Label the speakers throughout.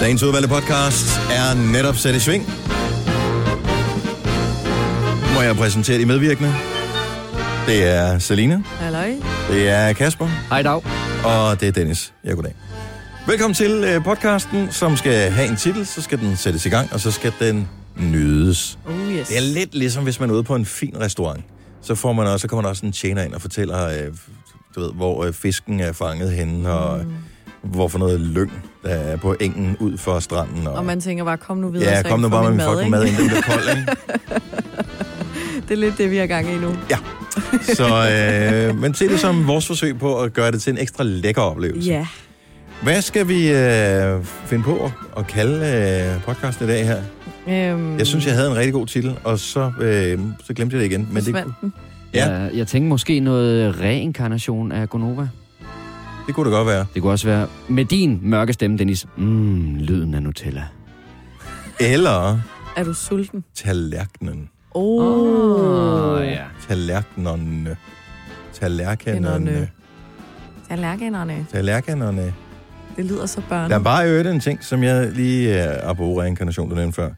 Speaker 1: Dagens udvalgte podcast er netop sat i sving. Må jeg præsentere de medvirkende? Det er Selina,
Speaker 2: Halløj.
Speaker 1: det er Kasper,
Speaker 3: Hej dag.
Speaker 1: og det er Dennis. Ja, goddag. Velkommen til øh, podcasten, som skal have en titel, så skal den sættes i gang, og så skal den nydes.
Speaker 2: Oh yes.
Speaker 1: Det er lidt ligesom, hvis man er ude på en fin restaurant. Så får man også, så kommer der også en tjener ind og fortæller, øh, du ved, hvor øh, fisken er fanget henne, og
Speaker 2: Mm.
Speaker 1: hvorfor noget lyng, der er på engen ud for stranden.
Speaker 2: Og man tænker bare, kom nu videre. så
Speaker 1: ja,
Speaker 2: jeg
Speaker 1: kom nu
Speaker 2: ikke
Speaker 1: bare
Speaker 2: får
Speaker 1: med min
Speaker 2: min
Speaker 1: fucking mad, inden den bliver kold, ikke?
Speaker 2: ikke? Det er lidt det, vi har gang i nu.
Speaker 1: Så, øh, men se det som vores forsøg på at gøre det til en ekstra lækker oplevelse.
Speaker 2: Ja.
Speaker 1: Hvad skal vi øh, finde på at, at kalde øh, podcasten i dag her?
Speaker 2: Øhm,
Speaker 1: Jeg synes, jeg havde en rigtig god titel, og så, øh, så glemte jeg det igen. Men det,
Speaker 2: forsvandt den.
Speaker 1: Ja.
Speaker 3: Ja. Jeg, jeg tænkte måske noget reinkarnation af Gonova.
Speaker 1: det kunne det godt være.
Speaker 3: Det kunne også være med din mørke stemme, Dennis. Mm, lyden af Nutella.
Speaker 1: Eller
Speaker 2: Er du sulten?
Speaker 1: tallerkenen.
Speaker 2: Åh.
Speaker 3: Åh,
Speaker 2: Oh.
Speaker 3: ja.
Speaker 1: Tallerkenerne. Tallerkenerne.
Speaker 2: Kenderne. Tallerkenerne.
Speaker 1: Tallerkenerne.
Speaker 2: Det lyder så
Speaker 1: Der er
Speaker 2: børnet.
Speaker 1: bare i øvrigt en ting, som jeg lige øh, apropos reinkarnation, du nævnte før.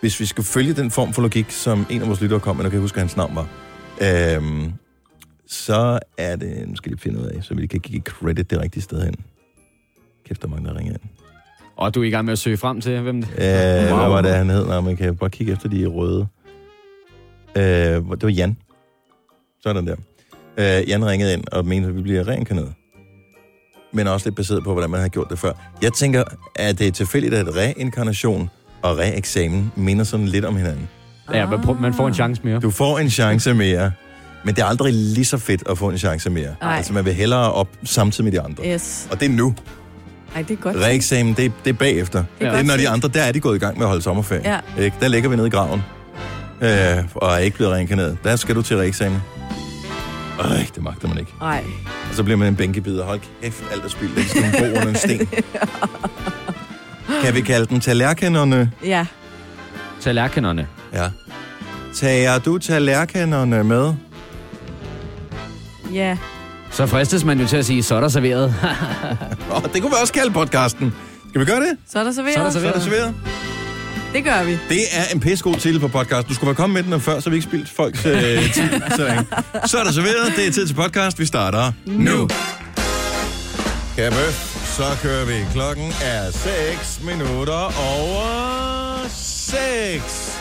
Speaker 1: Hvis vi skulle følge den form for logik, som en af vores lyttere kom med, nu kan jeg huske, hvad hans navn var, øhm, så er det, nu skal jeg lige finde ud af, så vi kan give credit det rigtige sted hen. Kæft, der er mange, der ringer ind.
Speaker 3: Og du er i gang med at søge frem til, hvem det
Speaker 1: Øh, wow. Hvad var det, han hed? Nej, man kan bare kigge efter de røde. Øh, hvor- det var Jan. Sådan der. Øh, Jan ringede ind og mente, at vi bliver reinkarneret. Men også lidt baseret på, hvordan man har gjort det før. Jeg tænker, at det er tilfældigt, at reinkarnation og reeksamen minder sådan lidt om hinanden.
Speaker 3: Ja, man, prø- man får en chance mere.
Speaker 1: Du får en chance mere, men det er aldrig lige så fedt at få en chance mere.
Speaker 2: Nej.
Speaker 1: Altså, man vil hellere op samtidig med de andre.
Speaker 2: Yes.
Speaker 1: Og det er nu.
Speaker 2: Ej, det er godt.
Speaker 1: Reeksamen, det, er- det er bagefter.
Speaker 2: Det er
Speaker 1: Det er,
Speaker 2: godt
Speaker 1: når de
Speaker 2: set.
Speaker 1: andre, der er de gået i gang med at holde sommerferie.
Speaker 2: Ja.
Speaker 1: Ikke? Der ligger vi nede i graven. Øh, og er ikke blevet reinkarneret. Der skal du til reeksamen. Øj, det magter man ikke.
Speaker 2: Nej.
Speaker 1: Og så bliver man en bænkebider. Hold kæft, alt er spildt. Det er sådan en bog under en sten. Kan vi kalde dem tallerkenerne?
Speaker 2: Ja.
Speaker 3: Tallerkenerne.
Speaker 1: Ja. Tager du tallerkenerne med?
Speaker 2: Ja.
Speaker 3: Så fristes man jo til at sige, så er der serveret.
Speaker 1: Åh, oh, det kunne vi også kalde podcasten. Skal vi gøre det?
Speaker 2: Så er der
Speaker 3: Så er
Speaker 2: serveret.
Speaker 3: der
Speaker 1: Så er det serveret.
Speaker 2: Det gør vi.
Speaker 1: Det er en pissegod titel på podcast. Du skulle være kommet med den noget før, så vi ikke spildt folks øh, tid. Sådan. Så er der serveret. Det er tid til podcast. Vi starter nu. Kæmpe. Så kører vi. Klokken er 6 minutter over 6.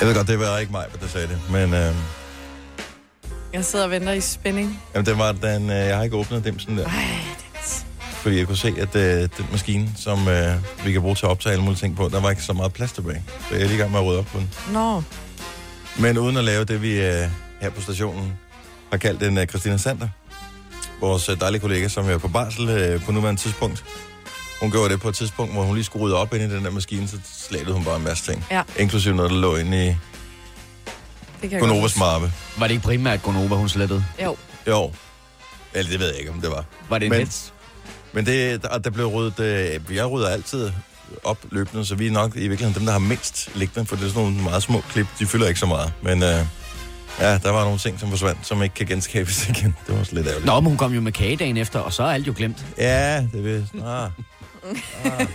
Speaker 1: Jeg ved godt, det var ikke mig, der sagde det, men øh,
Speaker 2: Jeg sidder og venter i spænding.
Speaker 1: jamen, den var den, øh, jeg har ikke åbnet dem sådan der.
Speaker 2: Ej, Dennis.
Speaker 1: Fordi jeg kunne se, at øh, den maskine, som øh, vi kan bruge til at optage alle mulige ting på, der var ikke så meget plads tilbage. Så jeg er lige i gang med at rydde op på den.
Speaker 2: Nå.
Speaker 1: Men uden at lave det, vi øh, her på stationen har kaldt en øh, Christina Sander. Vores øh, dejlige kollega, som er på barsel øh, på nuværende tidspunkt. Hun gjorde det på et tidspunkt, hvor hun lige skulle rydde op ind i den der maskine, så slæbte hun bare en masse ting.
Speaker 2: Ja.
Speaker 1: Inklusive noget, der lå inde i
Speaker 2: Det kan jeg
Speaker 1: Gunovas
Speaker 2: godt.
Speaker 1: mappe.
Speaker 3: Var det ikke primært Gonova, hun slettede?
Speaker 2: Jo.
Speaker 1: Jo. Eller det ved jeg ikke, om det var.
Speaker 3: Var det en
Speaker 1: Men-
Speaker 3: net?
Speaker 1: Men det, der, der blev ryddet... Øh, jeg rydder altid op løbende, så vi er nok i virkeligheden dem, der har mindst liggende, for det er sådan nogle meget små klip. De fylder ikke så meget, men... Øh, Ja, der var nogle ting, som forsvandt, som ikke kan genskabes igen. Det var også lidt ærgerligt.
Speaker 3: Nå, men hun kom jo med kage dagen efter, og så er alt jo glemt.
Speaker 1: Ja, det vil jeg. Ah. Ah.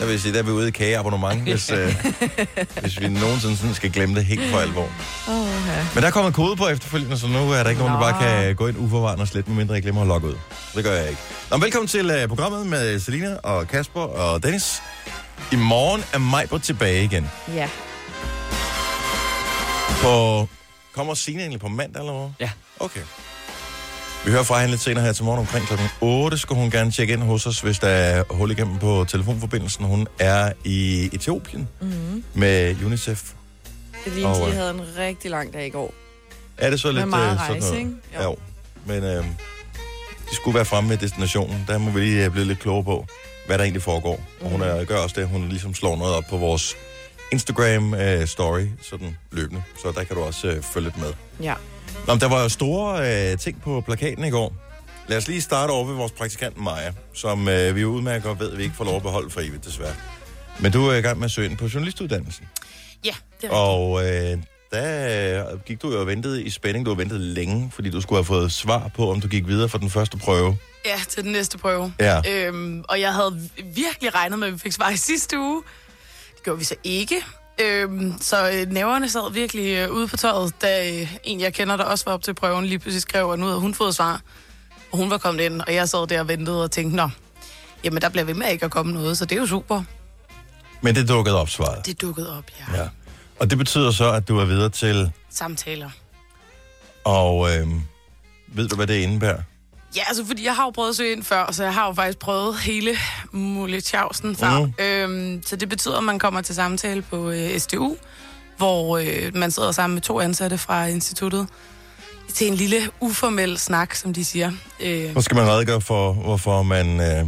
Speaker 1: Jeg vil sige, der er vi ude i kageabonnement, hvis, øh, hvis vi nogensinde sådan skal glemme det helt for alvor.
Speaker 2: Åh, ja.
Speaker 1: Men der kommer en kode på efterfølgende, så nu er der ikke nogen, der
Speaker 2: Nå.
Speaker 1: bare kan gå ind uforvarende og slet, medmindre jeg glemmer at logge ud. Det gør jeg ikke. Nå, men velkommen til øh, programmet med Selina og Kasper og Dennis. I morgen er Majbert tilbage igen.
Speaker 2: Ja.
Speaker 1: På... Kommer Signe egentlig på mandag, eller hvad?
Speaker 3: Ja.
Speaker 1: Okay. Vi hører fra hende lidt senere her til morgen omkring kl. 8. Skulle hun gerne tjekke ind hos os, hvis der er hul igennem på telefonforbindelsen. Hun er i Etiopien
Speaker 2: Mm-hmm.
Speaker 1: med UNICEF.
Speaker 2: Det ligner,
Speaker 1: Og,
Speaker 2: de
Speaker 1: øh,
Speaker 2: havde en rigtig lang dag i går.
Speaker 1: Er det så lidt
Speaker 2: Med meget
Speaker 1: øh, sådan
Speaker 2: rejse,
Speaker 1: noget?
Speaker 2: ikke?
Speaker 1: Jo. jo. Men øh, de skulle være fremme med destinationen. Der må vi lige øh, blive lidt klogere på, hvad der egentlig foregår.
Speaker 2: Mhm.
Speaker 1: Og hun er, gør også det, at hun ligesom slår noget op på vores Instagram-story, sådan løbende. Så der kan du også øh, følge lidt med.
Speaker 2: Ja.
Speaker 1: Nå, men der var jo store øh, ting på plakaten i går. Lad os lige starte over ved vores praktikant Maja, som øh, vi jo udmærket godt ved, at vi ikke får lov at beholde for evigt, desværre. Men du er i gang med at søge ind på journalistuddannelsen.
Speaker 4: Ja, det er rigtigt.
Speaker 1: Og øh, der øh, gik du jo og ventede i spænding. Du har ventet længe, fordi du skulle have fået svar på, om du gik videre fra den første prøve.
Speaker 4: Ja, til den næste prøve.
Speaker 1: Ja.
Speaker 4: Øhm, og jeg havde virkelig regnet med, at vi fik svar i sidste uge. Det gjorde vi så ikke. Øhm, så øh, næverne sad virkelig øh, ude på tøjet, da øh, en, jeg kender, der også var op til prøven, lige pludselig skrev, at nu havde hun fået svar. Og hun var kommet ind, og jeg sad der og ventede og tænkte, nå, jamen der bliver ved med ikke at komme noget, så det er jo super.
Speaker 1: Men det dukkede op svaret.
Speaker 4: Det dukkede op, ja. ja.
Speaker 1: Ja. Og det betyder så, at du er videre til...
Speaker 4: Samtaler.
Speaker 1: Og øh, ved du, hvad det indebærer?
Speaker 4: Ja, altså fordi jeg har jo prøvet at søge ind før, så jeg har jo faktisk prøvet hele Mulle Tjavsen før.
Speaker 1: Mhm.
Speaker 4: Mm. Øhm, så det betyder, at man kommer til samtale på øh, SDU, hvor øh, man sidder sammen med to ansatte fra instituttet til en lille uformel snak, som de siger. Øh,
Speaker 1: Nu skal man redegøre for, hvorfor man øh,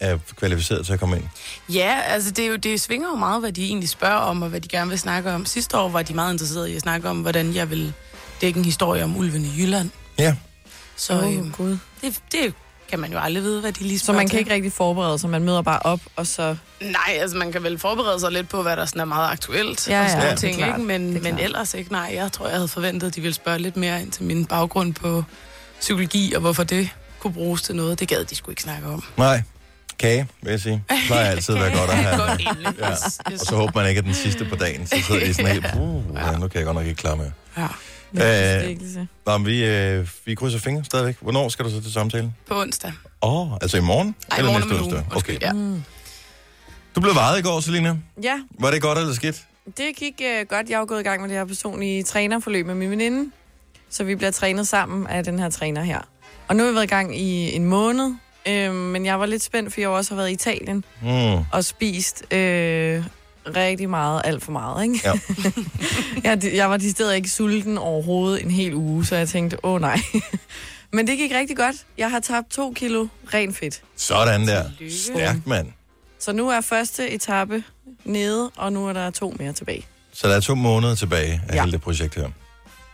Speaker 1: er kvalificeret til at komme ind.
Speaker 4: Ja, altså det, er jo, det svinger jo meget, hvad de egentlig spørger om, og hvad de gerne vil snakke om. Sidste år var de meget interesserede i at snakke om, hvordan jeg vil dække en historie om ulven i Jylland.
Speaker 1: Ja,
Speaker 4: Så
Speaker 2: Åh,
Speaker 4: øh,
Speaker 2: Gud.
Speaker 4: det, det kan man jo aldrig vide, hvad de lige
Speaker 2: Så
Speaker 4: spørger
Speaker 2: man kan
Speaker 4: til.
Speaker 2: ikke rigtig forberede sig. Man møder bare op, og så...
Speaker 4: Nej, altså man kan vel forberede sig lidt på, hvad der sådan er meget aktuelt
Speaker 2: Ja,
Speaker 4: ja, og
Speaker 2: ja,
Speaker 4: sådan ja,
Speaker 2: det er
Speaker 4: ting,
Speaker 2: klart.
Speaker 4: ikke? Men,
Speaker 2: Det er
Speaker 4: men
Speaker 2: klart.
Speaker 4: ellers ikke. Nej, jeg tror, jeg havde forventet, at de ville spørge lidt mere ind til min baggrund på psykologi, og hvorfor det kunne bruges til noget. Det gad de sgu ikke snakke om.
Speaker 1: nej. Kage, vil jeg sige. Det plejer altid at være godt at have.
Speaker 4: Godt indlæg.
Speaker 1: Ja.
Speaker 4: Yes, yes.
Speaker 1: Og så håber man ikke, at den sidste på dagen, så sidder de sådan helt, uh, ja, nu kan jeg godt nok ikke klare med.
Speaker 4: Ja.
Speaker 1: Øh,
Speaker 2: Øh,
Speaker 1: nå, men vi, øh, vi krydser fingre stadigvæk. Hvornår skal du så til samtalen?
Speaker 4: På onsdag.
Speaker 1: Åh, oh, altså i morgen?
Speaker 4: Ej, morgen om
Speaker 1: næste
Speaker 4: en uge.
Speaker 1: onsdag?
Speaker 4: Undskyld,
Speaker 1: Okay.
Speaker 4: Ja.
Speaker 1: Du blev vejet i går, Selina.
Speaker 2: ja,
Speaker 1: Var det godt eller skidt?
Speaker 2: det gik øh, godt. Jeg er jo gået i gang med det her personlige trænerforløb med min veninde. Så vi bliver trænet sammen af den her træner her. Og nu har vi været i gang i en måned. Øh, men jeg var lidt spændt, for jeg jo også har været i Italien
Speaker 1: Mm.
Speaker 2: og spist øh, rigtig meget, alt for meget, ikke?
Speaker 1: Ja.
Speaker 2: jeg, jeg var decideret ikke sulten overhovedet en hel uge, så jeg tænkte, åh nej. Men det gik rigtig godt. Jeg har tabt to kilo ren fedt.
Speaker 1: Sådan der.
Speaker 4: Tillykke.
Speaker 1: Stærkt, mand.
Speaker 2: Så nu er første etape nede, og nu er der to mere tilbage.
Speaker 1: Så der er to måneder tilbage af ja.
Speaker 2: Ja.
Speaker 1: hele det projekt her.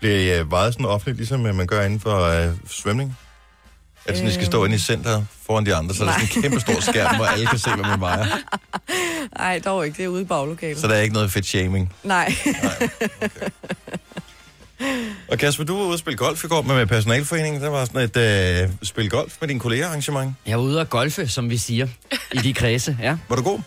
Speaker 1: Bliver I øh, vejet sådan offentligt, ligesom øh, man gør inden for øh, svømning? Er det sådan, I skal
Speaker 4: Øh.
Speaker 1: stå inde i centret foran de andre, så er der sådan en kæmpe stor skærm, hvor alle kan se, hvad man vejer.
Speaker 2: Nej, dog ikke. Det er ude i baglokalet.
Speaker 1: Så der er ikke noget fedt shaming.
Speaker 2: Nej.
Speaker 1: Og Kasper, du var ude og spille golf i går med, med personalforeningen. Der var sådan et øh, spil golf med dine kolleger arrangement.
Speaker 3: Jeg var ude og golfe, som vi siger, i de kredse, ja.
Speaker 1: Var du god?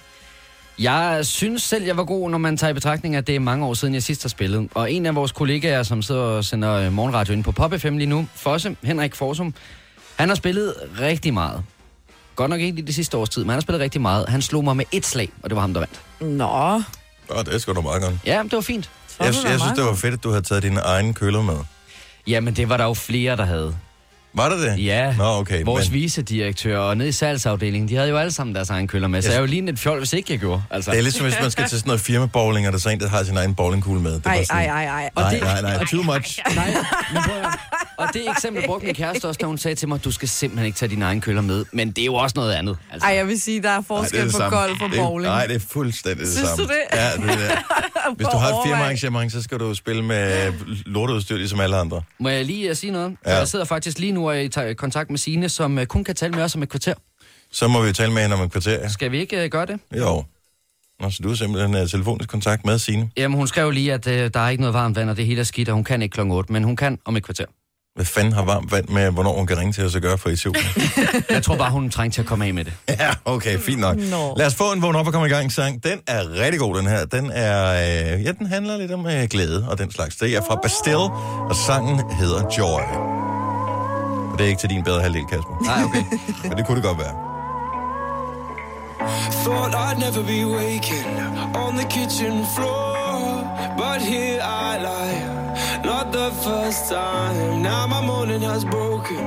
Speaker 3: Jeg synes selv, jeg var god, når man tager i betragtning, at det er mange år siden, jeg sidst har spillet. Og en af vores kollegaer, som sidder og sender øh, morgenradio ind på Pop FM lige nu, Fosse, Henrik Forsum, han har spillet rigtig meget. Godt nok ikke i det sidste års tid, men han har spillet rigtig meget. Han slog mig med et slag, og det var ham, der vandt.
Speaker 2: Nå.
Speaker 1: Nå, det er sgu da meget godt.
Speaker 3: Ja, det var fint.
Speaker 2: Så er
Speaker 1: Jeg,
Speaker 2: du da
Speaker 1: jeg synes,
Speaker 2: meget
Speaker 1: det var
Speaker 2: god.
Speaker 1: fedt, at du havde taget dine egne køler med.
Speaker 3: Jamen, det var der jo flere, der havde.
Speaker 1: Var det det?
Speaker 3: Ja,
Speaker 1: Nå, okay.
Speaker 3: vores
Speaker 1: men-
Speaker 3: vicedirektør og nede i salgsafdelingen, de havde jo alle sammen deres egen køller med, så
Speaker 1: Jeg-
Speaker 3: jeg er jo lige et fjol, hvis ikke jeg gjorde. Altså.
Speaker 1: Det er ligesom, hvis man skal til sådan noget firma-bowling, og der er så en, der har sin egen bowlingkugle med. Det er
Speaker 2: Ej,
Speaker 1: bare sådan,
Speaker 2: ej, ej, ej.
Speaker 1: Nej, nej, nej, too much.
Speaker 3: Nej, men prøv at høre. Og det eksempel brugte min kæreste også, da hun sagde til mig, du skal simpelthen ikke tage dine egne køller med. Men det er jo også noget andet. Altså.
Speaker 2: Ej, jeg vil sige, der er
Speaker 1: Nej, det er
Speaker 2: forskel
Speaker 1: det
Speaker 2: på
Speaker 1: samme.
Speaker 2: golf og
Speaker 1: Det er-
Speaker 2: bowling.
Speaker 1: Nej, det er fuldstændig det
Speaker 2: Synes
Speaker 1: samme.
Speaker 2: du det?
Speaker 1: Ja, det er det. Hvis du har et firmaarrangement, så skal du spille med lorteudstyr, ligesom alle andre.
Speaker 3: Må jeg lige øh, sige noget?
Speaker 1: Ja.
Speaker 3: Ja. Jeg sidder faktisk lige nu og er i ta- kontakt med Sine, som øh, kun kan tale med os om et kvarter.
Speaker 1: Så må vi jo tale med hende om et kvarter. ja.
Speaker 3: Skal vi ikke øh, gøre det?
Speaker 1: Jo. Nå, så du har simpelthen uh, telefonisk kontakt med Signe.
Speaker 3: Jamen, hun skrev lige, at øh, der er ikke noget varmt vand, og det hele er skidt, og hun kan ikke klokken 8, men hun kan om et kvarter.
Speaker 1: Hvad fanden har varmt vand med, hvornår hun kan ringe til os og gøre for i tvivl?
Speaker 3: Jeg tror bare, hun trængte til at komme af med det.
Speaker 1: Ja, okay, fint nok.
Speaker 2: Nå.
Speaker 1: Lad os få en vågn op og komme i gang sang. Den er rigtig god, den her. Den er, øh, ja, den handler lidt om øh, glæde og den slags. Det er fra Bastille, og sangen hedder Joy. Og det er ikke til din bedre halvdel, Kasper.
Speaker 3: Nej, okay.
Speaker 1: Men det kunne det godt være.
Speaker 5: Thought I'd never be waking on the kitchen floor, but here I lie. Not the first time. Now my morning has broken,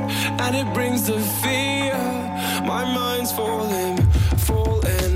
Speaker 5: and it brings the fear. My mind's falling, falling.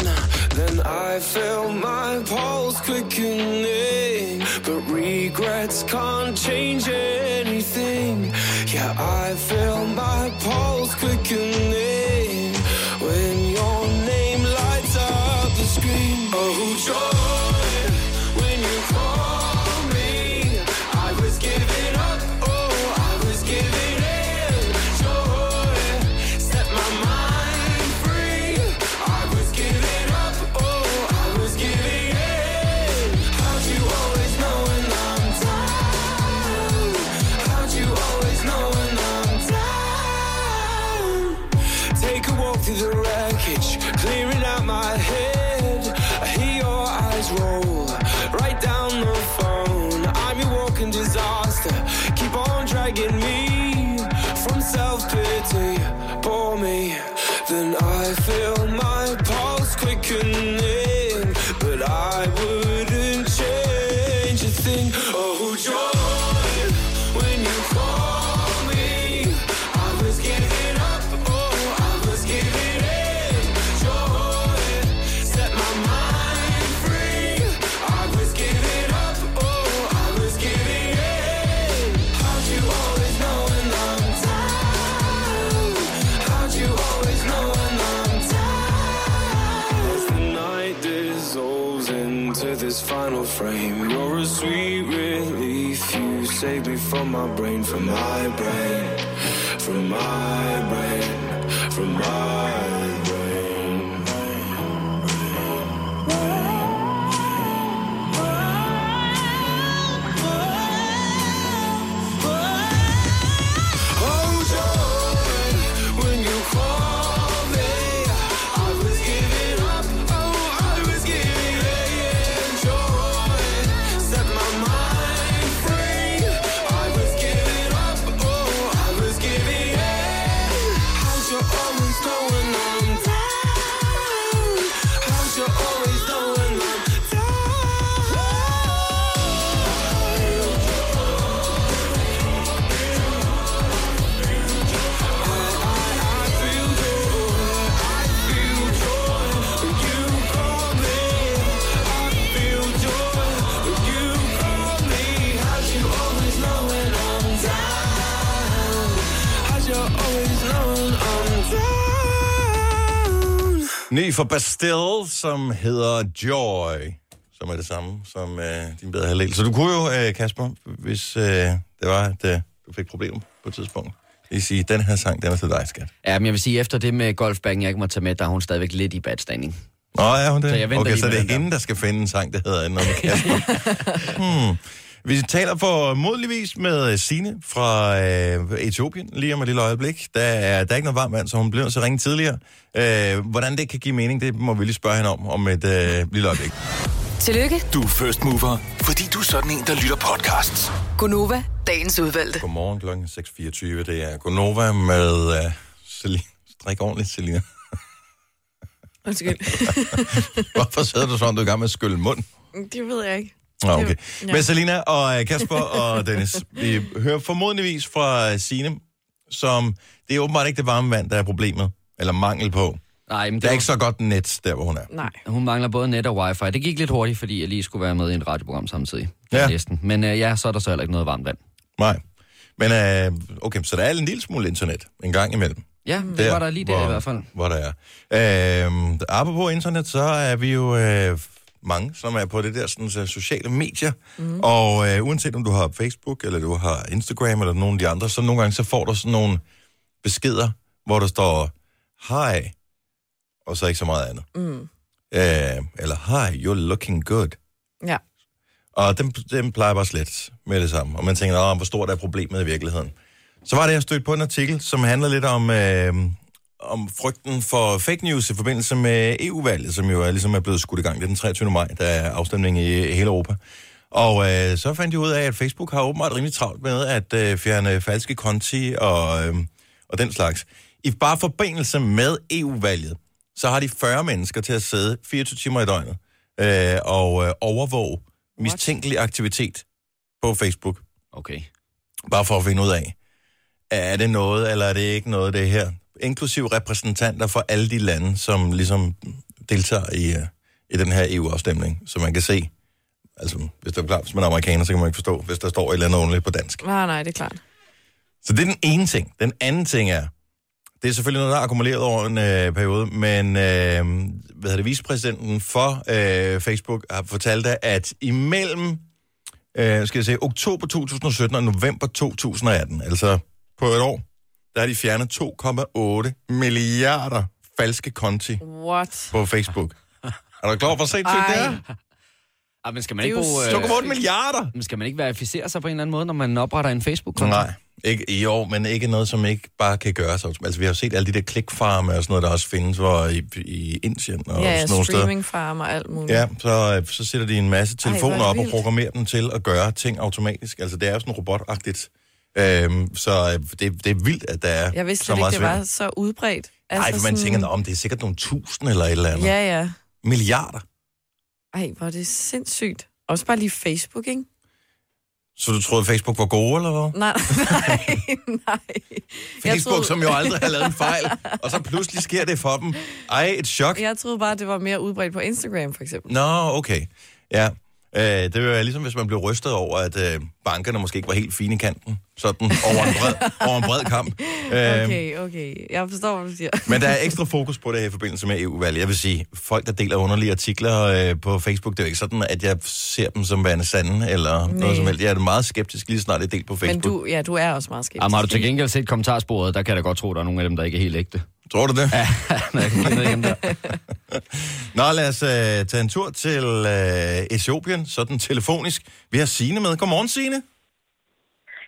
Speaker 5: Then I feel my pulse quickening, but regrets can't change anything. Yeah, I feel my pulse quickening when your name lights up the screen. Oh, joy, when you call me, I was giving up. Oh, I was giving in. Joy, set my mind free. I was giving up. Oh, I was giving in. How'd you always know when I'm tired? cool. Write down the phone. I'm your walking disaster. Keep on dragging me from self pity. Pour me, then I feel my pulse quickening. But I wouldn't change a thing. Oh, joy, when you call me, I was giving up. Oh, I was giving in. Joy, set my mind free. I was giving up. Oh, I was giving in. How'd you always know when I'm down? How'd you always know when I'm down? As the night dissolves into this final frame, you're a sweet relief. You save me from my brain, from my brain, from my brain, from my brain. Oh joy, when you call me, I was giving up. Oh, I was giving in. Joy, set my mind free. I was giving up. Oh, I was giving in. How'd you always know when I'm down? How'd you always know when I'm down?
Speaker 1: Ny for Bastille, som hedder Joy, som er det samme som øh, din bedre halvdel. Så du kunne jo, øh, Kasper, hvis øh, det var, at øh, du fik problemer på et tidspunkt, lige sige, den her sang, den er til dig, skat.
Speaker 3: Ja, men jeg vil sige, efter det med golfbacken, jeg ikke må tage med, der er hun stadigvæk lidt i bad standing.
Speaker 1: Nå, er hun det?
Speaker 3: Så jeg venter
Speaker 1: okay,
Speaker 3: lige
Speaker 1: så
Speaker 3: med
Speaker 1: det er
Speaker 3: den der.
Speaker 1: hende, der skal finde en sang, der hedder Anden med Kasper. hmm. Vi taler på modligvis med Sine fra øh, Etiopien lige om et lille øjeblik. Der er, der er ikke noget varmt vand, så hun blev så ringe tidligere. Øh, hvordan det kan give mening, det må vi lige spørge hende om om et øh, lille øjeblik.
Speaker 6: Tillykke,
Speaker 7: Du er first mover, fordi du er sådan en, der lytter podcasts.
Speaker 6: Gunova, dagens udvalgte.
Speaker 1: Godmorgen kl. 6.24. Det er Gonova med uh, Selina. Strik ordentligt, Selina.
Speaker 2: Undskyld.
Speaker 1: Hvorfor sidder du sådan, du er i gang med at skylle mund?
Speaker 2: det ved jeg ikke.
Speaker 1: Nå, okay.
Speaker 2: Ja.
Speaker 1: Med Selina og øh, Kasper og Dennis. Vi hører formodentligvis fra Sine, som det er åbenbart ikke det varme vand, der er problemet. Eller mangel på.
Speaker 3: Nej, men det
Speaker 1: Der er
Speaker 3: var-
Speaker 1: ikke så godt net, der hvor hun er.
Speaker 2: Nej.
Speaker 3: Hun mangler både net og wifi. Det gik lidt hurtigt, fordi jeg lige skulle være med i et radioprogram samtidig.
Speaker 1: Ja.
Speaker 3: Ja. Næsten. Men øh, ja, så er der så heller ikke noget varmt vand.
Speaker 1: Nej. Men øh, okay, så der er en lille smule internet en gang imellem.
Speaker 3: Ja, det var der lige der i hvert fald.
Speaker 1: Hvor der er. Øhm, apropos internet, så er vi jo øh, mange, som er på det der sådan, så sociale medier.
Speaker 3: Mhm.
Speaker 1: Mm. Og øh, uanset om du har Facebook, eller du har Instagram, eller nogen af de andre, så nogle gange så får du sådan nogle beskeder, hvor der står, hej, og så ikke så meget andet. Mm. Øh, eller hej, you're looking good.
Speaker 2: Ja.
Speaker 1: Og dem, dem plejer bare slet med det samme. Og man tænker, "Nå, hvor stort er problemet i virkeligheden? Så var det, jeg stødte på en artikel, som handler lidt om, øh, om frygten for fake news i forbindelse med EU-valget, som jo er, ligesom er blevet skudt i gang. Det er den 23. maj, der er afstemning i hele Europa. Og øh, så fandt jeg ud af, at Facebook har åbenbart rimelig travlt med at øh, fjerne falske konti og, øh, og den slags. I bare forbindelse med EU-valget, så har de 40 mennesker til at sidde 24 timer i døgnet øh, og øh, overvåge mistænkelig aktivitet på Facebook
Speaker 3: Okay.
Speaker 1: bare for at finde ud af, er det noget, eller er det ikke noget, det her? Inklusiv repræsentanter for alle de lande, som ligesom deltager i, øh, i den her EU-afstemning, så man kan se, altså hvis, det er klart, hvis man er amerikaner, så kan man ikke forstå, hvis der står et eller andet ordentligt på dansk.
Speaker 2: Nej, nej, det er klart.
Speaker 1: Så det er den ene ting. Den anden ting er, det er selvfølgelig noget, der er akkumuleret over en øh, periode, men øh, hvad hedder det, vicepræsidenten for øh, Facebook har fortalt, at imellem øh, skal jeg se, oktober 2017 og november 2018, altså på et år, der har de fjernet 2,8 milliarder falske konti
Speaker 2: What?
Speaker 1: på Facebook. Er du klar over, hvor sindssygt det er?
Speaker 3: Ej, Ah, men skal man
Speaker 2: Det er
Speaker 3: ikke
Speaker 2: jo
Speaker 3: bruge... Øh,
Speaker 1: 2,8 milliarder!
Speaker 3: men skal man ikke verificere sig på en eller anden måde, når man opretter en Facebook-konto?
Speaker 1: Nej, Ikke, jo, men ikke noget, som ikke bare kan gøres. automatisk. Altså, vi har jo set alle de der klikfarme og sådan noget, der også findes hvor i, i Indien og
Speaker 2: Ja,
Speaker 1: sådan nogle steder.
Speaker 2: streamingfarm og alt muligt.
Speaker 1: Ja, så, øh, så sætter de en masse telefoner
Speaker 2: hvor er det
Speaker 1: op og
Speaker 2: vildt.
Speaker 1: programmerer dem til at gøre ting automatisk. Altså, det er jo sådan robotagtigt. Øhm, så øh, det, det er vildt, at der er
Speaker 2: Jeg vidste
Speaker 1: så
Speaker 2: slet ikke,
Speaker 1: meget
Speaker 2: det var så udbredt. Altså
Speaker 1: Nej, for man sådan... tænker, om det er sikkert nogle tusind eller et eller andet.
Speaker 2: Ja, ja.
Speaker 1: Milliarder.
Speaker 2: Ej, hvor er det sindssygt. Også bare lige Facebook, ikke?
Speaker 1: Så du troede, Facebook var gode, eller hvad?
Speaker 2: Nej, nej, nej. Jeg
Speaker 1: Facebook, troede... som jo aldrig har lavet en fejl, og så pludselig sker det for dem. Ej, et chok.
Speaker 2: Jeg troede bare, det var mere udbredt på Instagram, for eksempel.
Speaker 1: Nå, okay. Ja. Øh, det var ligesom, hvis man blev rystet over, at øh, bankerne måske ikke var helt fine i kanten. Sådan over en bred, over en bred kamp. Øh,
Speaker 2: Okay, okay. Jeg forstår, hvad du siger.
Speaker 1: Men der er ekstra fokus på det her i forbindelse med EU-valget. Jeg vil sige, folk, der deler underlige artikler øh, på Facebook, det er jo ikke sådan, at jeg ser dem som værende sande eller Nej. noget som helst. Jeg er meget skeptisk lige snart, det er delt på
Speaker 2: Men
Speaker 1: Facebook.
Speaker 2: du, ja, du er også meget skeptisk.
Speaker 3: Jamen, har du til gengæld set kommentarsporet, der kan jeg da godt tro, at der er nogle af dem, der ikke er helt ægte.
Speaker 1: Tror du det? Ja.
Speaker 3: Når jeg kigger ned igennem der.
Speaker 1: Nå, lad os øh, tage en tur til øh, Etiopien, sådan telefonisk. Vi har Signe med. Godmorgen, Signe.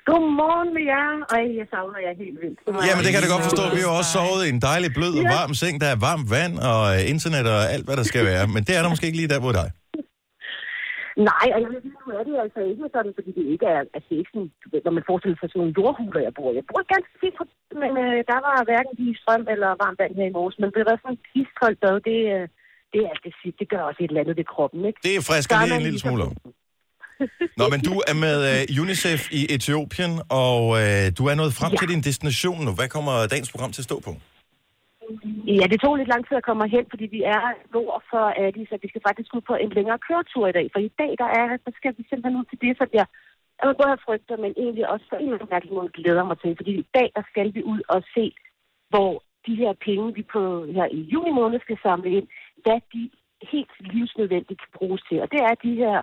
Speaker 8: Godmorgen med jer. Ej, jeg savner jer helt vildt.
Speaker 1: Ja, men det kan jeg da godt forstå. Vi har jo også sovet i en dejlig, blød og varm seng. Der er varmt vand og øh, internet og alt, hvad der skal være. Men det er der måske ikke lige der, hvor dig.
Speaker 8: Nej, og jeg vil sige, nu er det altså ikke sådan, fordi det ikke er, altså det er ikke sådan, du ved, når man forestiller sig sådan nogle jordhuler, jeg bor. i. Jeg bor ganske fint, på, men øh, der var hverken lige strøm eller varmt vand her i morges, men det var sådan et iskoldt bad, det, øh, det er alt det sidste. Det gør også et eller andet ved kroppen, ikke?
Speaker 1: Det
Speaker 8: Der
Speaker 1: frisker lige
Speaker 8: man
Speaker 1: en lille
Speaker 8: ligesom-
Speaker 1: smule op. Nå, men du er med øh, UNICEF i Etiopien, og øh, du er nået frem ja. til din destination nu. Hvad kommer dagens program til at stå på?
Speaker 8: Ja, det tog lidt lang tid at komme hen, fordi vi er nord for Addis, og vi skal faktisk ud på en længere køretur i dag. For i dag, der, er, der skal vi simpelthen ud til det, som jeg jeg både har frygter, men egentlig også på en eller anden mærkelig måde glæder mig til. Fordi i dag, der skal vi ud og se, hvor de her penge, vi på her i juni måned skal samle ind, hvad de helt livsnødvendigt kan bruges til. Og det er de her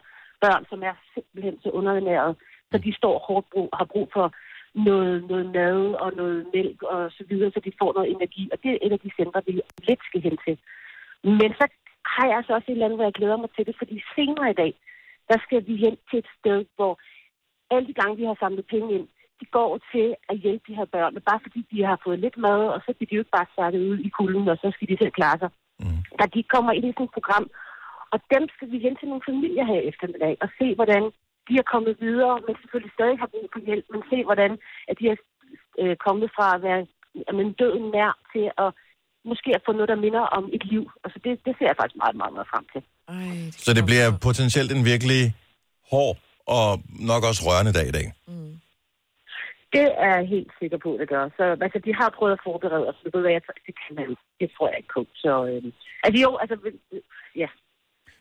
Speaker 8: børn, som er simpelthen så underernæret, så de står hårdt brug, har brug for noget, noget mad og noget mælk og så videre, så de får noget energi. Og det er et af de centre, vi lidt skal hen til. Men så har jeg altså også et eller andet, hvor jeg glæder mig til det, fordi senere i dag, der skal vi hen til et sted, hvor alle de gange, vi har samlet penge ind, de går til at hjælpe de her børn. Og bare fordi de har fået lidt mad, og så bliver de jo ikke bare stakket ud i kulden, og så skal de selv klare sig. Mm. Der de kommer ind i sådan et program, og dem skal vi hen til nogle familier her i eftermiddag, og se, hvordan de er kommet videre, men selvfølgelig stadig har brug for hjælp, men se, hvordan at de er øh, kommet fra at være jamen, døden nær til at måske at få noget, der minder om et liv. Altså det, det ser jeg faktisk meget, meget, meget frem til.
Speaker 2: Ej, det
Speaker 1: Så det bliver potentielt en virkelig hård og nok også rørende dag i dag.
Speaker 8: Det er jeg helt sikker på, at det gør. Så altså, de har prøvet at forberede os, men ved du hvad, jeg tror, det kan man Det tror jeg ikke på. Så, øh, altså jo, altså, øh, ja.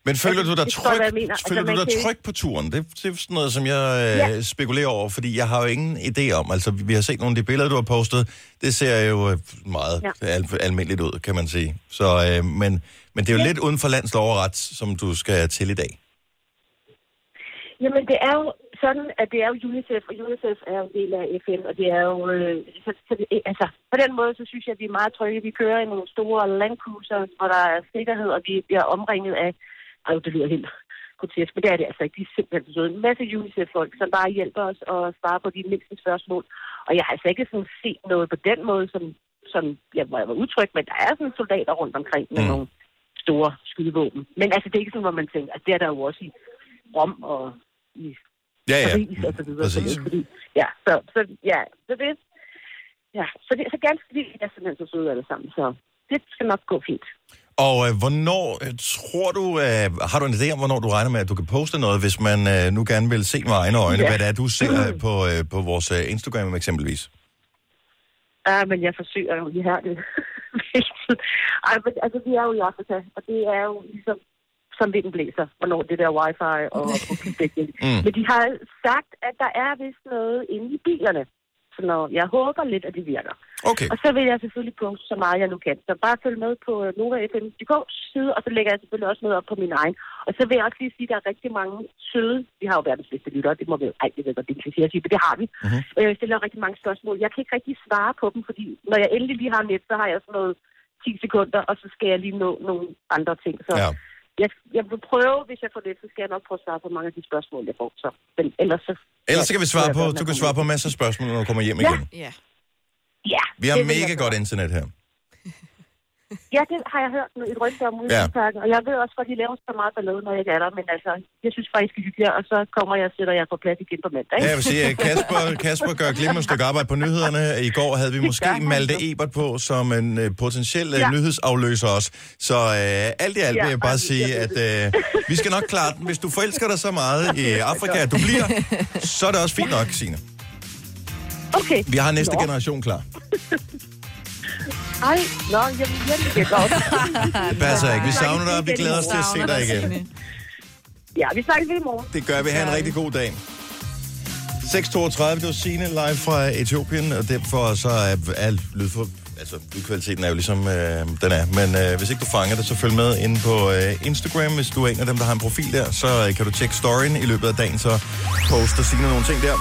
Speaker 1: Men føler du dig
Speaker 8: det forstår jeg,
Speaker 1: tryg,
Speaker 8: hvad jeg mener. Altså,
Speaker 1: føler
Speaker 8: man
Speaker 1: du dig
Speaker 8: kan ikke-
Speaker 1: tryg på turen? Det, det er sådan noget, som jeg øh, ja.
Speaker 8: Ja.
Speaker 1: spekulerer over, fordi jeg har jo ingen idé om. Altså, vi vi har set nogle af de billeder, du har postet. Det ser jo øh, meget ja.
Speaker 8: Ja.
Speaker 1: al- almindeligt ud, kan man sige. Så, øh, men, men det er jo ja. lidt uden for landslov og ret, som du skal til i dag.
Speaker 8: Jamen, det er jo sådan, at det er jo UNICEF, og UNICEF er jo en del af FN, og det er jo... Øh, så, så det, altså, på den måde, så synes jeg, at vi er meget trygge. Vi kører i nogle store landcruiser, hvor der er sikkerhed, og vi bliver omringet af... Ej, det lyder helt grotesk, men det er det altså ikke. De er simpelthen så søde. en masse UNICEF-folk, som bare hjælper os og svarer på de mindste spørgsmål. Og jeg har altså ikke sådan set noget på den måde, som, som jeg, hvor jeg var udtrykt, men der er sådan soldater rundt omkring med
Speaker 1: Mm.
Speaker 8: mm. nogle store skydevåben. Men altså, det er ikke sådan, hvor man tænker, at det er der jo også i Rom og i
Speaker 1: Ja, ja.
Speaker 8: Paris og så videre.
Speaker 1: Præcis.
Speaker 8: Så, fordi, ja, så, så, ja, så det, ja, så det, så ganske lige er simpelthen så søde alle sammen, så det skal nok gå fint.
Speaker 1: Og øh, hvornår øh, tror du, øh, har du en idé om, hvornår du regner med, at du kan poste noget, hvis man øh, nu gerne vil se med egne øjne, ja.
Speaker 8: Ja.
Speaker 1: hvad det er, du ser øh, på, øh, på vores øh, Instagram eksempelvis?
Speaker 8: Ja, Ah, men jeg forsøger jo lige her det. Ej, men altså, vi er jo i Afrika, og det er jo ligesom som vinden blæser, hvornår det der wifi og mobildækning.
Speaker 1: Mm.
Speaker 8: mm. Men de har sagt, at der er vist noget inde i bilerne. Så når, jeg håber lidt, at det virker.
Speaker 1: Okay.
Speaker 8: Og så vil jeg selvfølgelig poste så meget, jeg nu kan. Så bare følg med på øh, Nova FM.dk side, og så lægger jeg selvfølgelig også noget op på min egen. Og så vil jeg også lige sige, at der er rigtig mange søde, vi har jo verdens bedste lyttere, det må vi jo, ej, det ved jeg godt, det er en kliché at sige, men det har vi.
Speaker 1: Mhm.
Speaker 8: Mm-hmm. Øh, stiller rigtig mange spørgsmål. Jeg kan ikke rigtig svare på dem, fordi når jeg endelig lige har net, så har jeg sådan noget 10 sekunder, og så skal jeg lige nå nogle andre ting. Så
Speaker 1: Ja.
Speaker 8: ja. jeg, jeg vil prøve, hvis jeg får det, så skal jeg nok prøve at svare på mange af de spørgsmål, jeg får. Så. Men ellers så...
Speaker 1: Ellers så kan vi svare
Speaker 8: Ja,
Speaker 1: på,
Speaker 8: hvordan
Speaker 1: du
Speaker 8: man
Speaker 1: kan
Speaker 8: kommer
Speaker 1: svare på masser af spørgsmål, når du kommer hjem igen.
Speaker 2: Ja.
Speaker 8: Ja,
Speaker 1: Vi har
Speaker 8: det vil jeg
Speaker 1: mega
Speaker 8: gøre.
Speaker 1: godt internet her.
Speaker 8: Ja, det har jeg hørt noget- et rygte om ude
Speaker 1: Ja.
Speaker 8: ja. og jeg ved også, at de laver så meget ballade, når jeg ikke er der, men altså, jeg synes faktisk, I hygger, og så kommer jeg og sætter jer på plads igen på mandag.
Speaker 1: Ja,
Speaker 8: ikke?
Speaker 1: jeg vil sige, at Kasper, Kasper gør glimrende stykke arbejde på nyhederne. I går havde vi måske Malte Ebert på som en øh, potentiel ja.
Speaker 8: Ja.
Speaker 1: nyhedsafløser også. Så øh, alt i alt
Speaker 8: Ja,
Speaker 1: vil jeg bare
Speaker 8: og
Speaker 1: sige,
Speaker 8: jeg ved
Speaker 1: at øh, vi skal nok klare den. Hvis du forelsker dig så meget i Afrika, at du bliver, så er det også fint nok, Signe.
Speaker 8: Okay.
Speaker 1: Vi har næste
Speaker 8: Nå.
Speaker 1: generation klar.
Speaker 8: Ej, nå, jeg vil hjem igen. Nå.
Speaker 1: Det passer ikke. Vi
Speaker 8: Tak.
Speaker 1: savner dig, og vi glæder os til at se
Speaker 2: Savner
Speaker 1: dig igen.
Speaker 2: Signe.
Speaker 8: Ja, vi snakkes lige i morgen.
Speaker 1: Det gør vi. Ha' en rigtig god dag. 6.32, det var Signe live fra Etiopien, og derfor så er al lyd for... Altså, lydkvaliteten er jo ligesom, øh, den er. Men øh, hvis ikke du fanger det, så følg med inde på øh, Instagram. Hvis du er en af dem, der har en profil der, så øh, kan du tjekke storyen i løbet af dagen, så poster Signe nogle ting der.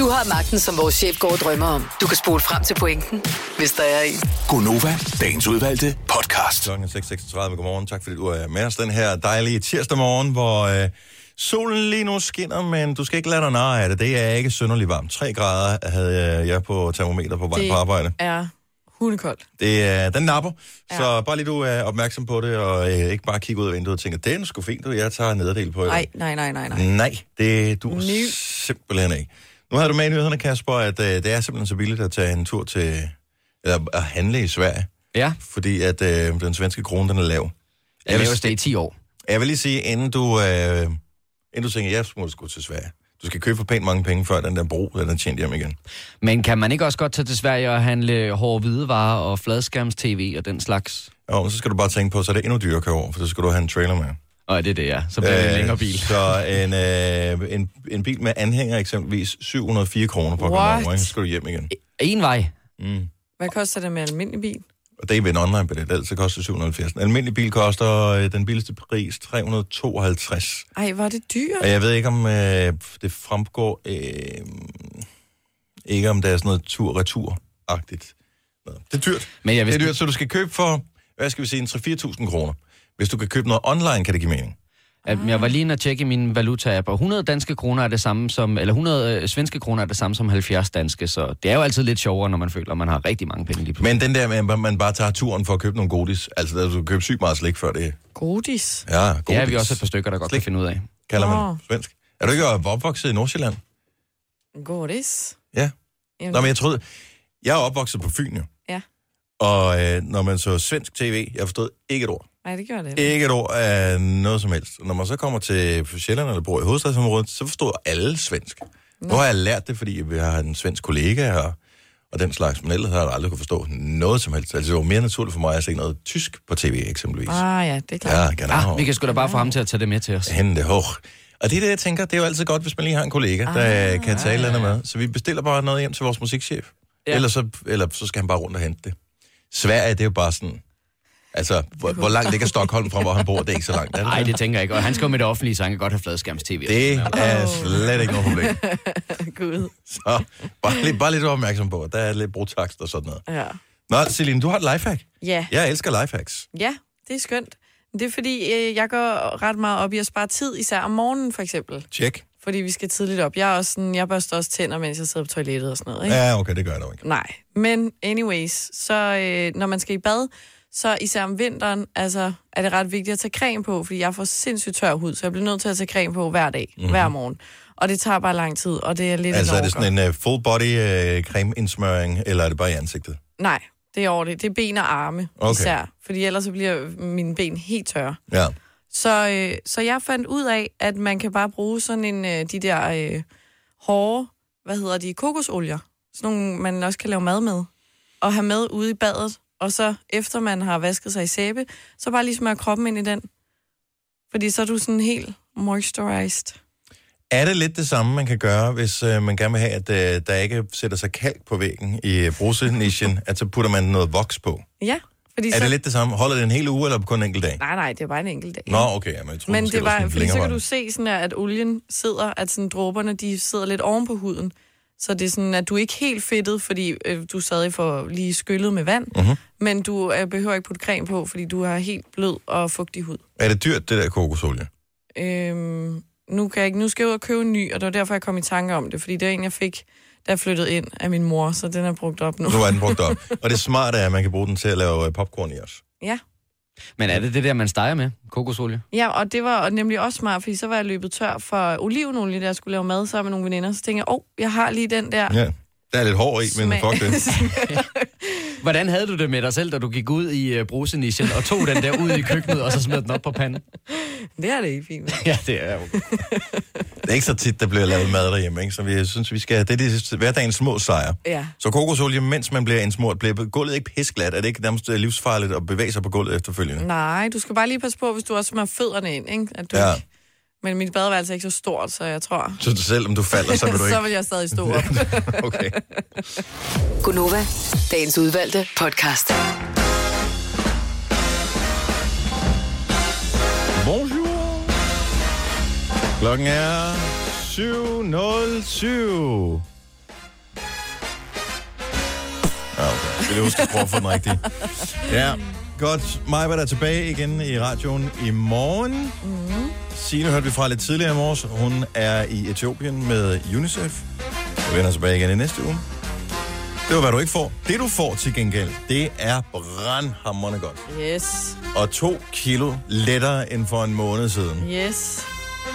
Speaker 6: Du har magten, som vores chef går og drømmer om. Du kan spole frem til pointen, hvis der er en.
Speaker 7: Gonova, dagens udvalgte podcast.
Speaker 1: Klokken er 6.36. Godmorgen. Tak fordi du er med os den her dejlige tirsdag morgen, hvor øh, solen lige nu skinner, men du skal ikke lade dig narre af det. Det er ikke synderligt varmt. 3 grader havde øh, jeg på termometer på vej
Speaker 2: Det-
Speaker 1: på arbejde.
Speaker 2: Er hundekoldt.
Speaker 1: Det er, den napper, ja. så bare lige du er opmærksom på det, og øh, ikke bare kigge ud af vinduet og tænke, den er sgu fint, og jeg tager en nederdel på. i
Speaker 2: Nej,
Speaker 1: dag."
Speaker 2: nej, nej, nej, nej.
Speaker 1: Nej, det du
Speaker 2: Ny.
Speaker 1: simpelthen ikke. Nu havde du med i nyhederne, Kasper, at øh, det er simpelthen så billigt at tage en tur til, eller at handle i Sverige,
Speaker 3: Ja,
Speaker 1: fordi at øh, den svenske krone, den er lav.
Speaker 3: jeg laver det i 10 år.
Speaker 1: Jeg vil lige sige, inden du, øh, inden du tænker, jeg må sgu til Sverige. Du skal købe for pænt mange penge, før den der bro, den er tjent hjem igen.
Speaker 3: Men kan man ikke også godt tage til Sverige og handle hårde hvidevarer og fladskærms-tv og den slags?
Speaker 1: Og så skal du bare tænke på, så er det endnu dyrere at køre over, for så skal du have en trailer med. Øh,
Speaker 3: Og det er det, ja. Så bliver det en længere bil.
Speaker 1: Så en, øh, en, en bil med anhænger eksempelvis 704 kroner på at komme
Speaker 2: What?
Speaker 1: over, ikke? så skal du hjem igen.
Speaker 3: E- En vej.
Speaker 2: Hvad koster det med almindelig bil?
Speaker 1: Og det er ved en online billet, ellers så koster det 770. En almindelig bil koster øh, den billigste pris 352.
Speaker 2: Ej, var det dyrt?
Speaker 1: Og jeg ved ikke, om øh, det fremgår, øh, ikke om der er sådan noget tur-retur-agtigt. Nå, Det er dyrt.
Speaker 3: Men jeg
Speaker 1: Det er
Speaker 3: vidste,
Speaker 1: dyrt, så du skal købe for, hvad skal vi sige, en 3-4.000 kroner. Hvis du kan købe noget online, kan det give mening.
Speaker 3: at jeg var lige inde og tjekke i min valuta-app, og 100 danske kroner er det samme som, eller 100 øh, svenske kroner er det samme som 70 danske, så det er jo altid lidt sjovere, når man føler, at man har rigtig mange penge lige pludselig.
Speaker 1: Men den der med, at man bare tager turen for at købe nogle godis, altså der, du kan købe sygt meget slik før det
Speaker 2: Godis.
Speaker 1: Ja, godis.
Speaker 3: Det er vi også et par stykker, der godt kan finde ud af.
Speaker 1: Kalder man
Speaker 2: Nå.
Speaker 1: det. svensk. Er du ikke opvokset i Nordsjælland?
Speaker 2: Godis.
Speaker 1: Ja.
Speaker 2: Jamen,
Speaker 1: Nå, men jeg troede... Jeg er opvokset på Fyn, jo.
Speaker 2: Ja.
Speaker 1: Og øh, når man så svensk tv, jeg forstod ikke et ord.
Speaker 2: Nej, det gjorde det. heller
Speaker 1: Ikke et ord af noget som helst. Når man så kommer til Sjælland eller bor i hovedstadsområdet, så forstod alle svensk. Nu har jeg lært det, fordi vi har en svensk kollega og, og den slags, men ellers har jeg aldrig kunne forstå noget som helst. Altså, det var mere naturligt for mig at se noget tysk på tv, eksempelvis.
Speaker 2: ikke. Ah ja, det er klart.
Speaker 1: Ja, genau.
Speaker 3: Ah, vi kan sgu da bare få ham til at tage det med til os.
Speaker 1: Hente hoch. Og det er det, jeg tænker, det er jo altid godt, hvis man lige har en kollega, der ah, kan tale ah, med. Så vi bestiller bare noget hjem til vores musikchef. Ja.
Speaker 3: Ja.
Speaker 1: Eller, så, eller så skal han bare rundt og hente det. Sverige, det er jo bare sådan... Altså, hvor, hvor langt ligger Stockholm fra, hvor han bor? Det er ikke så langt. Er det
Speaker 3: Nej, det tænker jeg ikke. Og han skal jo med det offentlige, så han kan godt have fladskærms-tv.
Speaker 1: det er slet ikke noget problem.
Speaker 2: Gud.
Speaker 1: Så bare, lige, bare lidt opmærksom på, at der er lidt brugtakst og sådan noget.
Speaker 2: Ja.
Speaker 1: Nå, Celine, du har et lifehack.
Speaker 2: Ja.
Speaker 1: Jeg elsker lifehacks.
Speaker 2: ja, det er skønt. Det er fordi, øh, jeg går ret meget op i at spare tid, især om morgenen for eksempel.
Speaker 1: Tjek.
Speaker 2: Fordi vi skal tidligt op. Jeg, er også sådan, jeg børster også tænder, mens jeg sidder på toilettet og sådan noget. Ikke?
Speaker 1: Ja, okay, det gør jeg dog ikke.
Speaker 2: Nej, men anyways, så øh, når man skal i bad, så især om vinteren, altså er det ret vigtigt at tage creme på, fordi jeg får sindssygt tør hud, så jeg bliver nødt til at tage creme på hver dag, mm-hmm. hver morgen. Og det tager bare lang tid, og det er lidt
Speaker 1: Mhm. Altså,
Speaker 2: en
Speaker 1: er det
Speaker 2: orker.
Speaker 1: sådan en uh, full body uh, cremeindsmøring, eller er det bare i ansigtet?
Speaker 2: Nej, det er over det. Det er ben og arme
Speaker 1: Okay.
Speaker 2: okay. især, fordi ellers så bliver mine ben helt tørre.
Speaker 1: Ja.
Speaker 2: Så, øh, så jeg fandt ud af, at man kan bare bruge sådan en, øh, de der øh, hårde, hvad hedder de, kokosolier. Sådan nogle, man også kan lave mad med. Og have med ude i badet. Og så efter man har vasket sig i sæbe, så bare lige smøre kroppen ind i den. Fordi så er du sådan helt moisturized.
Speaker 1: Er det lidt det samme, man kan gøre, hvis øh, man gerne vil have, at øh, der ikke sætter sig kalk på væggen i øh, brusenischen, at så putter man noget voks på?
Speaker 2: Ja, fordi
Speaker 1: Er
Speaker 2: så...
Speaker 1: det lidt det samme? Holder det en hel uge, eller kun en enkelt dag?
Speaker 2: Nej, nej, det er bare en enkelt dag.
Speaker 1: Nå, okay, ja, men jeg tror,
Speaker 2: Men det var, fordi så kan du se, sådan her, at olien sidder, at sådan dråberne de sidder lidt oven på huden. Så det er sådan, at du er ikke helt fedtet, fordi øh, du er stadig for lige skyllet med vand,
Speaker 1: Mhm.
Speaker 2: men du øh, behøver ikke putte creme på, fordi du har helt blød og fugtig hud.
Speaker 1: Er det dyrt, det der kokosolie?
Speaker 2: Øhm, nu, kan jeg ikke, nu skal jeg ud og købe en ny, og det var derfor, jeg kom i tanke om det, fordi det er en, jeg fik, da jeg flyttede ind af min mor, så den er brugt op nu.
Speaker 1: Nu var den brugt op. Og det smarte er, at man kan bruge den til at lave øh, popcorn i os.
Speaker 2: Ja.
Speaker 3: Men er det det der, man steger med? Kokosolie?
Speaker 2: Ja, og det var nemlig også smart, fordi så var jeg løbet tør for olivenolie, da jeg skulle lave mad sammen med nogle veninder. Så tænkte jeg, åh, oh, jeg har lige den der.
Speaker 1: Ja. Der er lidt hår i, men fuck det.
Speaker 3: Hvordan havde du det med dig selv, da du gik ud i uh, brusenischen og tog den der ud i køkkenet, og så smed den op på panden?
Speaker 2: det er det ikke fint. med.
Speaker 3: Ja, det er jo.
Speaker 1: Det er ikke så tit, der bliver lavet mad derhjemme, ikke? Så vi synes, vi skal... Det er de hverdagens små sejre.
Speaker 2: Ja.
Speaker 1: Så kokosolie, mens man bliver indsmurt, bliver gulvet ikke pisglat? Er det ikke nærmest øh, livsfarligt at bevæge sig på gulvet efterfølgende?
Speaker 2: Nej, du skal bare lige passe på, hvis du også smører fødderne ind, ikke? At du
Speaker 1: Ja.
Speaker 2: ja. ikke... Men mit badeværelse er ikke så stort, så jeg tror...
Speaker 1: Så selv om du falder, så vil du
Speaker 2: så
Speaker 1: ikke...
Speaker 2: vil jeg stadig stå op.
Speaker 1: Okay.
Speaker 6: Gunova, dagens udvalgte podcast.
Speaker 1: Bonjour. Klokken er 7.07. Ja, okay. Vil du huske at prøve at få den rigtige? Ja, godt. Maja er tilbage igen i radioen i morgen. Mm-hmm. Signe hørte vi fra lidt tidligere i morges. Hun er i Etiopien med UNICEF. Jeg vender tilbage igen i næste uge. Det var, hvad du ikke får. Det, du får til gengæld, det er brandhammerende godt.
Speaker 2: Yes,
Speaker 1: Og to kilo lettere end for en måned siden.
Speaker 2: yes.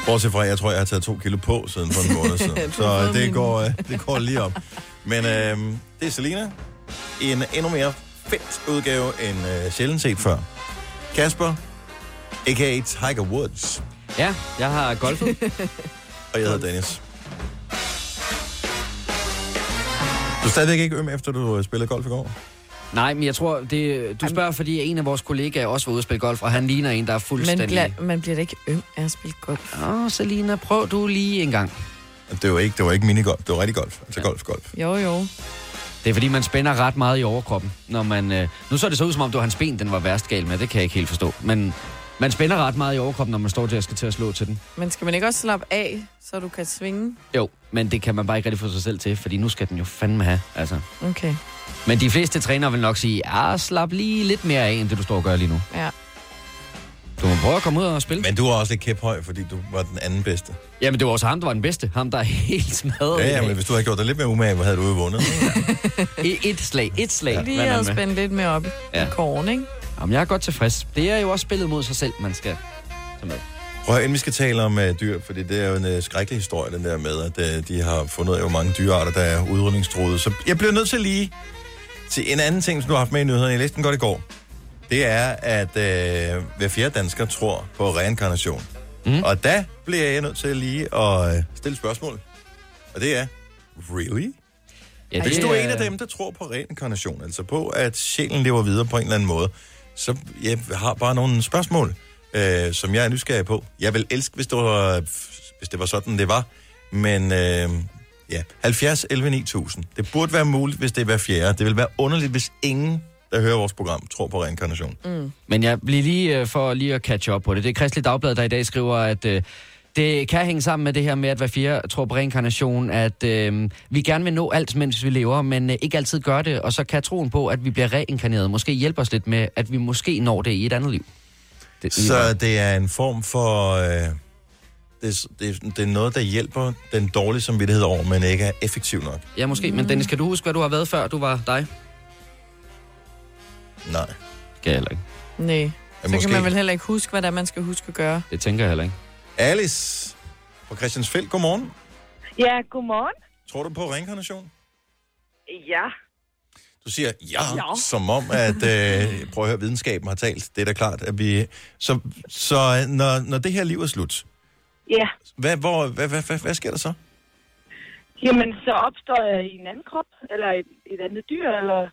Speaker 1: Bortset fra, at jeg tror, jeg har taget to kilo på siden for en måned siden.
Speaker 2: Du har
Speaker 1: så
Speaker 2: fået
Speaker 1: det
Speaker 2: min.
Speaker 1: går, øh, det går lige op. Men øh, det er Selina. En endnu mere fedt udgave end øh, sjældent set før. Kasper, a.k.a. Tiger Woods.
Speaker 3: Ja, jeg har golfet.
Speaker 1: Og jeg hedder Dennis. Du er stadigvæk ikke øm, efter du øh, spillede golf i går?
Speaker 3: Nej, men jeg tror, det, du spørger, fordi en af vores kollegaer også var ude at spille golf, og han ligner en, der er
Speaker 2: Man
Speaker 3: fuldstændig...
Speaker 2: bliver, man bliver da ikke øm af at spille golf.
Speaker 3: Åh, oh, Selina, prøv du lige en gang.
Speaker 1: Det var ikke, det var ikke minigolf, det var rigtig golf. Altså golf, golf.
Speaker 2: Jo, jo.
Speaker 3: Det er fordi, man spænder ret meget i overkroppen. Når man, øh, nu så det så ud, som om det var hans ben, den var værst gal med. Det kan jeg ikke helt forstå. Men man spænder ret meget i overkroppen, når man står til at skal til at slå til den.
Speaker 2: Men skal man ikke også slappe af, så du kan svinge?
Speaker 3: Jo, men det kan man bare ikke rigtig få sig selv til, fordi nu skal den jo fandme have. Altså.
Speaker 2: Okay,
Speaker 3: Men de fleste trænere vil nok sige, ah, slap lige lidt mere af, end det du står og gør lige nu.
Speaker 2: ja.
Speaker 3: Du må prøve at komme ud og spille. Men...
Speaker 1: Men du er også lidt kæphøj, fordi du var den anden bedste.
Speaker 3: Jamen, det var også ham, der var den bedste. Ham, der er helt smadret.
Speaker 1: Ja,
Speaker 3: i
Speaker 1: ja,
Speaker 3: dag.
Speaker 1: men hvis du havde gjort dig lidt mere umage, hvor havde du jo vundet.
Speaker 3: Et, et slag, et slag. Ja.
Speaker 2: Lige at spænde lidt mere op ja.
Speaker 3: Ja.
Speaker 2: i korn, ikke?
Speaker 3: Jamen, jeg er godt tilfreds. Det er jo også spillet mod sig selv, man skal tage med.
Speaker 1: Prøv at høre, inden vi skal tale om uh, dyr, fordi det er jo en uh, skrækkelig historie, den der med, at uh, de har fundet ud af, hvor mange dyrearter, der er udrydningstruede. Så jeg bliver nødt til lige til en anden ting, som du har haft med i nyhederne. Jeg læste den godt i går. Det er, at uh, hver fjerde dansker tror på reinkarnation. Mm. Og der bliver jeg nødt til lige at uh, stille et spørgsmål. Og det er, really?
Speaker 3: Ja,
Speaker 1: Hvis du er en af dem, der tror på reinkarnation, altså på, at sjælen lever videre på en eller anden måde, så jeg har bare nogle spørgsmål, øh, som jeg er nysgerrig på. Jeg vil elske, hvis det var, hvis det var sådan, det var. Men øh, ja, 70 11 9000. Det burde være muligt, hvis det er hver fjerde. Det vil være underligt, hvis ingen, der hører vores program, tror på reinkarnation. Mm.
Speaker 3: Men jeg bliver lige øh, for lige at catch op på det. Det er Kristelig Dagblad, der i dag skriver, at øh, det kan hænge sammen med det her med, at hver fjerde tror på reinkarnation, at øh, vi gerne vil nå alt, mens vi lever, men øh, ikke altid gør det, og så kan troen på, at vi bliver reinkarneret, måske hjælpe os lidt med, at vi måske når det i et andet liv. Det,
Speaker 1: Så det er en form for... Øh, det, det, det er noget, der hjælper den dårlige samvittighed over, men ikke er effektiv nok.
Speaker 3: Ja, måske. Men Dennis, kan du huske, hvad du har været før du var dig?
Speaker 1: Nej.
Speaker 3: Skal jeg heller ikke.
Speaker 2: Nej. Så
Speaker 1: måske.
Speaker 2: kan man vel heller ikke huske, hvad det er, man skal huske at gøre.
Speaker 3: Det tænker jeg heller ikke.
Speaker 1: Alice fra Christiansfeld, godmorgen.
Speaker 9: Ja, godmorgen.
Speaker 1: Tror du på reinkarnation?
Speaker 9: Ja.
Speaker 1: Du siger ja, ja. som om, at øh, prøv at høre, videnskaben har talt. Det er da klart, at vi... Så, så når, når det her liv er slut,
Speaker 9: Ja.
Speaker 1: hvad, hvor, hvad, hvad, hvad, hvad sker der så?
Speaker 9: Jamen, så opstår jeg i en anden krop, eller et, et andet dyr, eller et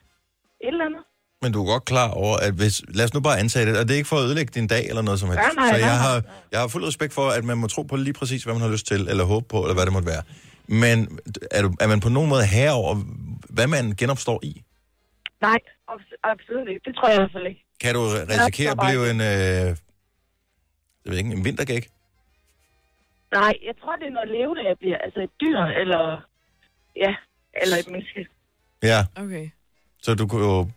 Speaker 9: eller andet.
Speaker 1: Men du er godt klar over, at hvis... Lad os nu bare antage det, og det er ikke for at ødelægge din dag eller noget som helst.
Speaker 9: Nej, nej,
Speaker 1: så
Speaker 9: nej,
Speaker 1: jeg
Speaker 9: nej.
Speaker 1: har, jeg har fuld respekt for, at man må tro på lige præcis, hvad man har lyst til, eller håbe på, eller hvad det måtte være. Men er, du, er man på nogen måde herre over, hvad man genopstår i?
Speaker 9: Nej, abs- absolut ikke. Det tror jeg i hvert fald ikke.
Speaker 1: Kan du risikere at
Speaker 9: bare
Speaker 1: blive en... Øh, jeg ved ikke, en vintergæk?
Speaker 9: Nej, jeg tror, det er noget levende, jeg bliver. Altså et dyr, eller ja, eller et menneske.
Speaker 1: Ja,
Speaker 2: Okay.
Speaker 1: så du kunne jo...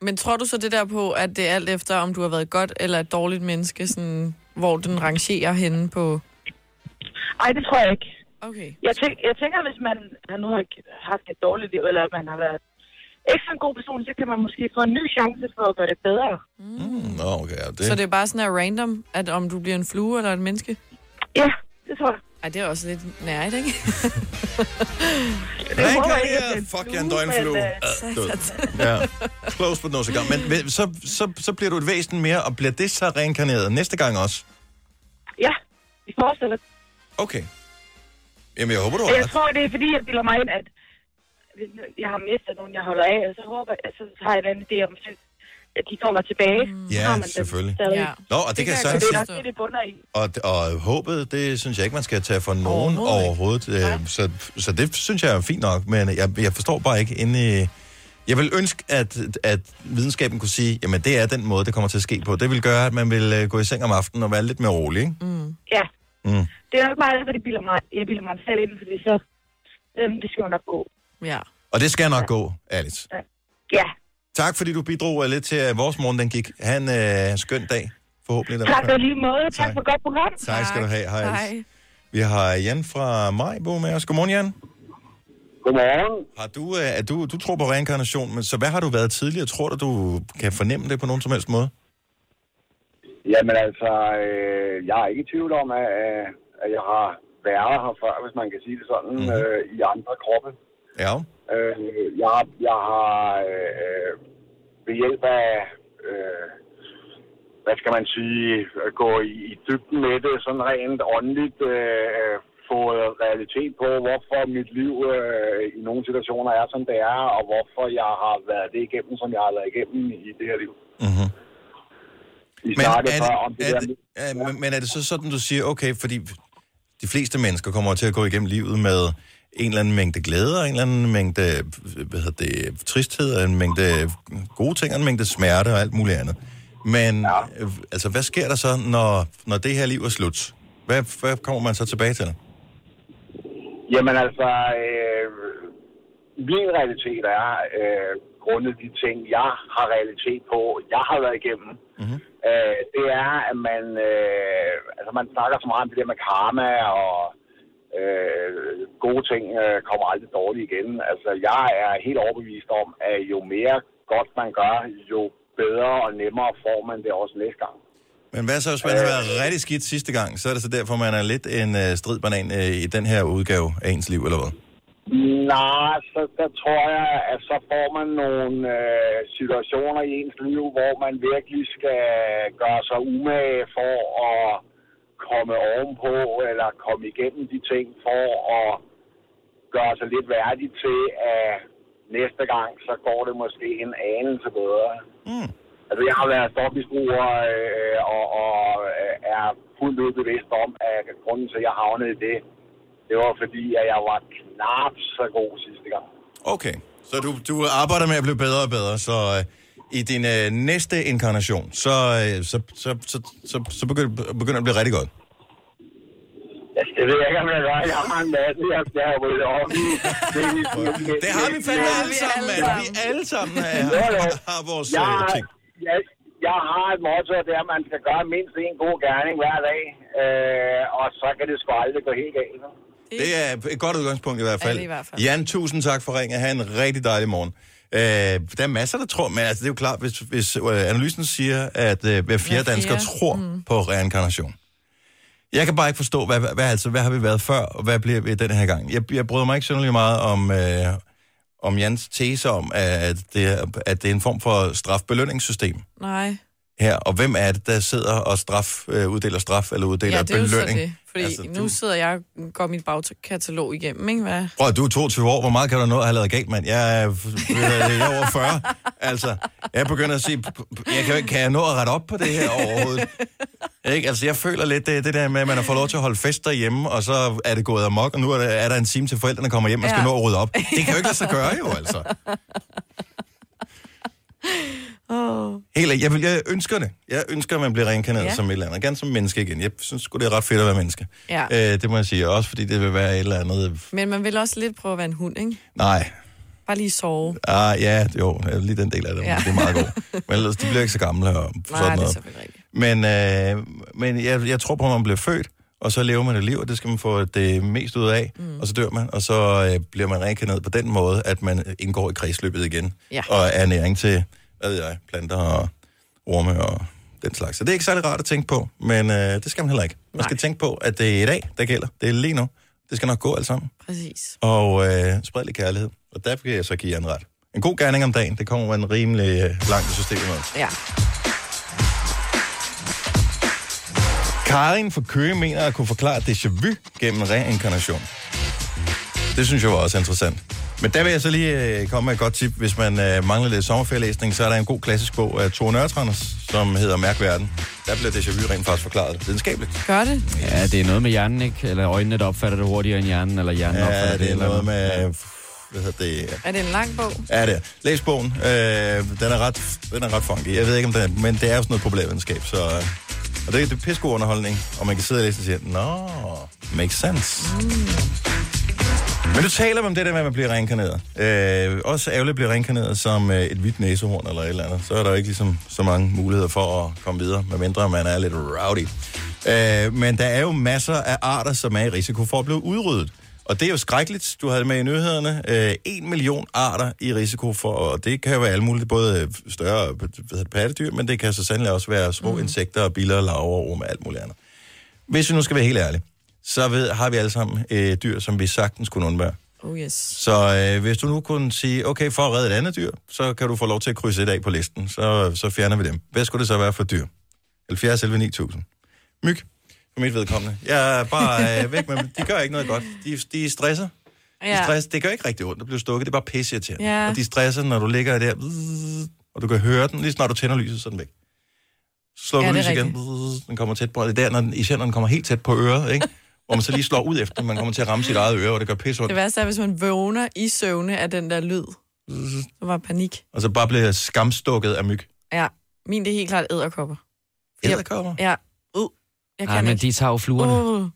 Speaker 2: Men tror du så det der på, at det er alt efter, om du har været et godt eller et dårligt menneske, sådan, hvor den rangerer henne på...
Speaker 9: Ej, det tror jeg ikke.
Speaker 2: Okay.
Speaker 9: Jeg, tænk, jeg tænker, hvis man har nu har haft et dårligt liv, eller man har været ikke så en god person, så kan man måske få en ny chance for at gøre det bedre.
Speaker 1: Mm, nå, okay, ja, det...
Speaker 2: Så det er bare sådan her random, at om du bliver en flue eller et menneske?
Speaker 9: Ja, det tror jeg.
Speaker 2: Ej, det er også lidt nært, ikke?
Speaker 1: Hvad
Speaker 9: håber
Speaker 1: kan
Speaker 9: jeg ikke,
Speaker 1: jeg?
Speaker 9: at det er
Speaker 1: Fuck,
Speaker 9: en
Speaker 1: jeg er en
Speaker 9: flue,
Speaker 1: døgnflue.
Speaker 9: men, øh,
Speaker 1: Ja, du ved. Ja, close but no cigar. Men ved- så, så, så bliver du et væsen mere, og bliver det så reinkarneret næste gang også?
Speaker 9: Ja, vi forestiller
Speaker 1: Okay. Jamen, jeg håber, du
Speaker 9: Og
Speaker 1: har
Speaker 9: jeg tror, det er fordi, jeg bilder mig ind, at hvis nu jeg har mistet nogen, jeg holder af, og så håber jeg, så har jeg en anden idé om, at- at de kommer tilbage. Så
Speaker 1: Ja,
Speaker 9: har man dem
Speaker 1: selvfølgelig.
Speaker 9: stadig.
Speaker 2: Ja.
Speaker 1: Nå, og det, det
Speaker 2: Mm. Det
Speaker 1: kan jeg
Speaker 2: kan jeg
Speaker 9: Men
Speaker 1: sagtens
Speaker 9: Det
Speaker 1: se.
Speaker 9: er nok det, det bunder i.
Speaker 1: Og, og håbet, det synes jeg ikke, man skal tage for nogen overhovedet.
Speaker 2: Overhovedet
Speaker 1: overhovedet. Øh, Så, så det synes jeg er fint nok, men jeg, jeg forstår bare ikke inde i... Jeg vil ønske, at, at videnskaben kunne sige, jamen det er den måde, det kommer til at ske på. Det vil gøre, at man vil øh, gå i seng om aftenen og være lidt mere rolig, ikke? Mm.
Speaker 9: Ja.
Speaker 1: Mm.
Speaker 9: Det er nok meget, hvad det bilder mig. Jeg bilder mig selv ind, fordi så, øhm, det skal jo nok gå.
Speaker 2: Ja.
Speaker 1: Og det skal nok gå, Alice.
Speaker 9: Ja.
Speaker 1: Tak, fordi du bidrog øh, lidt til, at vores morgen den gik. Ha' en øh, skøn dag, forhåbentlig. der var
Speaker 9: Tak
Speaker 1: før.
Speaker 9: for lige måde. Tak
Speaker 1: Tak.
Speaker 9: for godt program.
Speaker 1: tak skal du have. Hej, Alice.
Speaker 2: Hej.
Speaker 1: Vi har Jan fra Majbo med os. Godmorgen, Jan.
Speaker 10: Godmorgen.
Speaker 1: Har du, øh, er du, du tror på reinkarnation, men så hvad har du været tidligere? Tror du, du kan fornemme det på nogen som helst måde?
Speaker 10: Jamen altså, øh, jeg er ikke i tvivl om, at, øh, at jeg har været her før, hvis man kan sige det sådan, mm-hmm. øh, i andre kroppe.
Speaker 1: Ja.
Speaker 10: Øh, jeg, har- jeg har øh, øh, ved hjælp af, øh, hvad skal man sige, at gå i, i dybden med det, sådan rent åndeligt øh, øh, fået realitet på, hvorfor mit liv øh, i nogle situationer er, som det er, og hvorfor jeg har været det igennem, som jeg har været igennem i det her liv.
Speaker 1: Mm-hmm.
Speaker 10: I
Speaker 1: Men, er
Speaker 10: snakkede
Speaker 1: det,
Speaker 10: før om det,
Speaker 1: er
Speaker 10: der
Speaker 1: det,
Speaker 10: med-
Speaker 1: er, men- men er det så sådan, du siger, okay, fordi de fleste mennesker kommer jo til at gå igennem livet med en eller anden mængde glæde, og en eller anden mængde hvad hedder det, tristhed, og en mængde gode ting, og en mængde smerte og alt muligt andet. Men ja. øh, altså, hvad sker der så, når, når det her liv er slut? Hvad, hvad kommer man så tilbage til?
Speaker 10: Jamen altså, øh, min realitet er øh, grundet de ting, jeg har realitet på, jeg har været igennem. Mm-hmm. Øh, det er, at man, øh, altså man snakker så meget om det der med karma, og øh, gode ting øh, kommer aldrig dårligt igen. Altså jeg er helt overbevist om, at jo mere godt man gør, jo bedre og nemmere får man det også næste gang.
Speaker 1: Men hvad så, hvis man
Speaker 10: Øh.
Speaker 1: har været rigtig skidt sidste gang? Så er det så derfor, man er lidt en øh, stridbanan øh, i den her udgave af ens liv, eller hvad?
Speaker 10: Nej, så der tror jeg, at så får man nogle øh, situationer i ens liv, hvor man virkelig skal gøre sig umage for at komme ovenpå, eller komme igennem de ting, for at gøre sig lidt værdig til, at næste gang, så går det måske en anelse bedre.
Speaker 1: Mm.
Speaker 10: Altså, jeg har været stofmisbruger øh, og, og øh, er fuldt ud bevidst om, at grunden til, at jeg havnede i det, det var fordi, at jeg var knap så god sidste gang.
Speaker 1: Okay, så du, du arbejder med at blive bedre og bedre, så øh, i din øh, næste inkarnation, så, øh, så, så, så, så, så begynder, begynder det at blive rigtig godt.
Speaker 10: Altså, det ved jeg ikke, om jeg gør. Jeg har en masse, jeg skal have ryddet op i. Det, det,
Speaker 1: Det har vi fandme
Speaker 2: Ja,
Speaker 1: alle
Speaker 2: vi
Speaker 1: sammen,
Speaker 2: alle
Speaker 1: mand. Vi alle sammen øh,
Speaker 10: Jo, jo.
Speaker 1: har, har vores
Speaker 10: Jeg,
Speaker 1: øh, ting.
Speaker 10: jeg, jeg har et motto, og det er, at man skal gøre mindst en god gerning hver dag. Øh, og så kan det sgu aldrig gå helt galt. så.
Speaker 1: Det er et godt udgangspunkt i hvert fald.
Speaker 2: Ja, det er i hvert fald.
Speaker 1: Jan, tusind tak for ringen. Ha' en rigtig dejlig morgen. Øh, der er masser, der tror, men altså, det er jo klart, hvis, hvis øh, analysen siger, at øh, hver fjerde
Speaker 2: fjerde.
Speaker 1: dansker tror mm. på reinkarnation. Jeg kan bare ikke forstå, hvad, hvad, hvad, altså, hvad har vi været før, og hvad bliver vi den her gang? Jeg, jeg bryder mig ikke synderlig meget om, øh, om Jans tese om, at det, er- at det er en form for strafbelønningssystem
Speaker 2: Nej.
Speaker 1: her. Og hvem er det, der sidder og straf, øh, uddeler straf eller uddeler
Speaker 2: Ja, det er jo
Speaker 1: belønning?
Speaker 2: så det. Fordi
Speaker 1: Altså,
Speaker 2: altså,
Speaker 1: det-
Speaker 2: nu sidder jeg og går mit bagkatalog igennem, ikke? Hvad?
Speaker 1: Prøv, at du er 22 år. Hvor meget kan du nå at have lavet galt, mand? Jeg er, jeg er over 40. Altså, jeg begynder at sige, jeg kan, kan jeg nå at rette op på det her overhovedet? Ikke? Altså, jeg føler lidt det, det der med, at man har fået lov til at holde fester hjemme, og så er det gået amok, og nu er, det, er der en time til forældrene kommer hjem, og skal
Speaker 2: Ja.
Speaker 1: nå at rydde op. Det kan jo ikke lade sig gøre, jo, altså.
Speaker 2: Åh.
Speaker 1: Helt ærligt, jeg, vil, jeg ønsker det. Jeg ønsker, at man bliver reinkarneret
Speaker 2: Ja.
Speaker 1: ja. som et eller andet. Gerne som menneske igen. Jeg synes sgu, det er ret fedt at være menneske.
Speaker 2: Ja.
Speaker 1: Øh, det må jeg sige. Også fordi det vil være et eller andet...
Speaker 2: Men man vil også lidt prøve at være en hund, ikke?
Speaker 1: Nej.
Speaker 2: Bare lige sove.
Speaker 1: Ah, ja, jo. Lige den del af det.
Speaker 2: Ja.
Speaker 1: Ja. Det er meget godt. Men ellers, de bliver ikke så gamle og
Speaker 2: Nej,
Speaker 1: sådan
Speaker 2: det er
Speaker 1: noget.
Speaker 2: selvfølgelig rigtigt.
Speaker 1: Men, øh, men jeg, jeg tror på, at man bliver født, og så lever man et liv, og det skal man få det mest ud af, mm. og så dør man, og så øh, bliver man reinkarneret på den måde, at man indgår i kredsløbet igen,
Speaker 2: Ja.
Speaker 1: og er næring til, hvad ved jeg, planter og orme og den slags. Så det er ikke særlig rart at tænke på, men øh, det skal man heller ikke. Man skal tænke på, at det er i dag, der gælder. Det er lige nu. Det skal nok gå alt sammen.
Speaker 2: Præcis.
Speaker 1: Og øh, spred lidt kærlighed. Og derfor kan jeg så give jer en ret. En god gerning om dagen, det kommer man rimelig øh, langt i systemet med.
Speaker 2: Ja.
Speaker 1: Karin fra Køge mener at kunne forklare déjà vu gennem reinkarnation. Det synes jeg var også interessant. Men der vil jeg så lige øh, komme med et godt tip. Hvis man øh, mangler lidt sommerferielæsning, så er der en god klassisk bog af Tore Nørtranders, som hedder Mærk Verden. Der bliver déjà vu rent faktisk forklaret videnskabeligt.
Speaker 2: Gør det?
Speaker 3: Ja, det er noget med hjernen, ikke? Eller øjnene, der opfatter det hurtigere end hjernen, eller hjernen
Speaker 1: Ja,
Speaker 3: opfatter det.
Speaker 1: det er
Speaker 3: eller
Speaker 1: noget med... Hvad hedder det?
Speaker 2: Er det en lang bog?
Speaker 1: Ja, det er. Læs bogen. Øh, den, er ret, den er ret funky. Jeg ved ikke, om den er, men det er jo sådan noget populærvidenskab, så... øh, Og det, det er pissegod underholdning, og man kan sidde og læse og sige, Nå, makes sense. Mm. Men du taler om det der med, at man bliver reinkarneret. Øh, også ærgerligt at blive reinkarneret som øh, et hvidt næsehorn eller et eller andet. Så er der jo ikke ligesom, så mange muligheder for at komme videre, medmindre man er lidt rowdy. Øh, men der er jo masser af arter, som er i risiko for at blive udryddet. Og det er jo skrækkeligt, du havde det med i nyhederne. Øh, en million arter i risiko for, og det kan jo være alle mulige, både øh, større hvad hedder det, pattedyr, men det kan så sandelig også være små mm. insekter og biller, larver og orme og alt muligt andet hvis vi nu skal være helt ærlige, så ved, har vi alle sammen øh, dyr, som vi sagtens kunne undvære.
Speaker 2: Oh yes.
Speaker 1: Så øh, hvis du nu kunne sige, okay, for at redde et andet dyr, så kan du få lov til at krydse et af på listen, så, så fjerner vi dem. Hvad skulle det så være for et dyr? 70 11 9000. Myg, for mit vedkommende. Jeg er bare øh, væk med dem. De gør ikke noget godt. De, de stresser. Ja.
Speaker 2: Ja.
Speaker 1: Stress, det gør ikke rigtig ondt at blive stukket. Det er bare pisse
Speaker 2: Ja.
Speaker 1: ja. Og de stresser, når du ligger der, vzz, og du kan høre den, lige snart du tænder lyset, så er den væk. Så slukker
Speaker 2: Ja,
Speaker 1: ja,
Speaker 2: det er
Speaker 1: lyset igen, vzz, den kommer tæt på, og det er der, når den, især når den kommer helt tæt på øret, ikke? hvor man så lige slår ud efter den, man kommer til at ramme sit eget øre, og det gør pisse ondt.
Speaker 2: Det værste er, hvis man vågner i søvne af den der lyd.
Speaker 1: Mm-hmm.
Speaker 2: Så var panik.
Speaker 1: Og så bare bliver jeg skamstukket af myg.
Speaker 2: Ja. Min det er helt klart æderkopper.
Speaker 1: Æderkopper?
Speaker 2: Ja. Uh, jeg kan
Speaker 3: Nej, men
Speaker 2: ikke.
Speaker 3: de tager jo fluerne. Uh.
Speaker 2: Uh.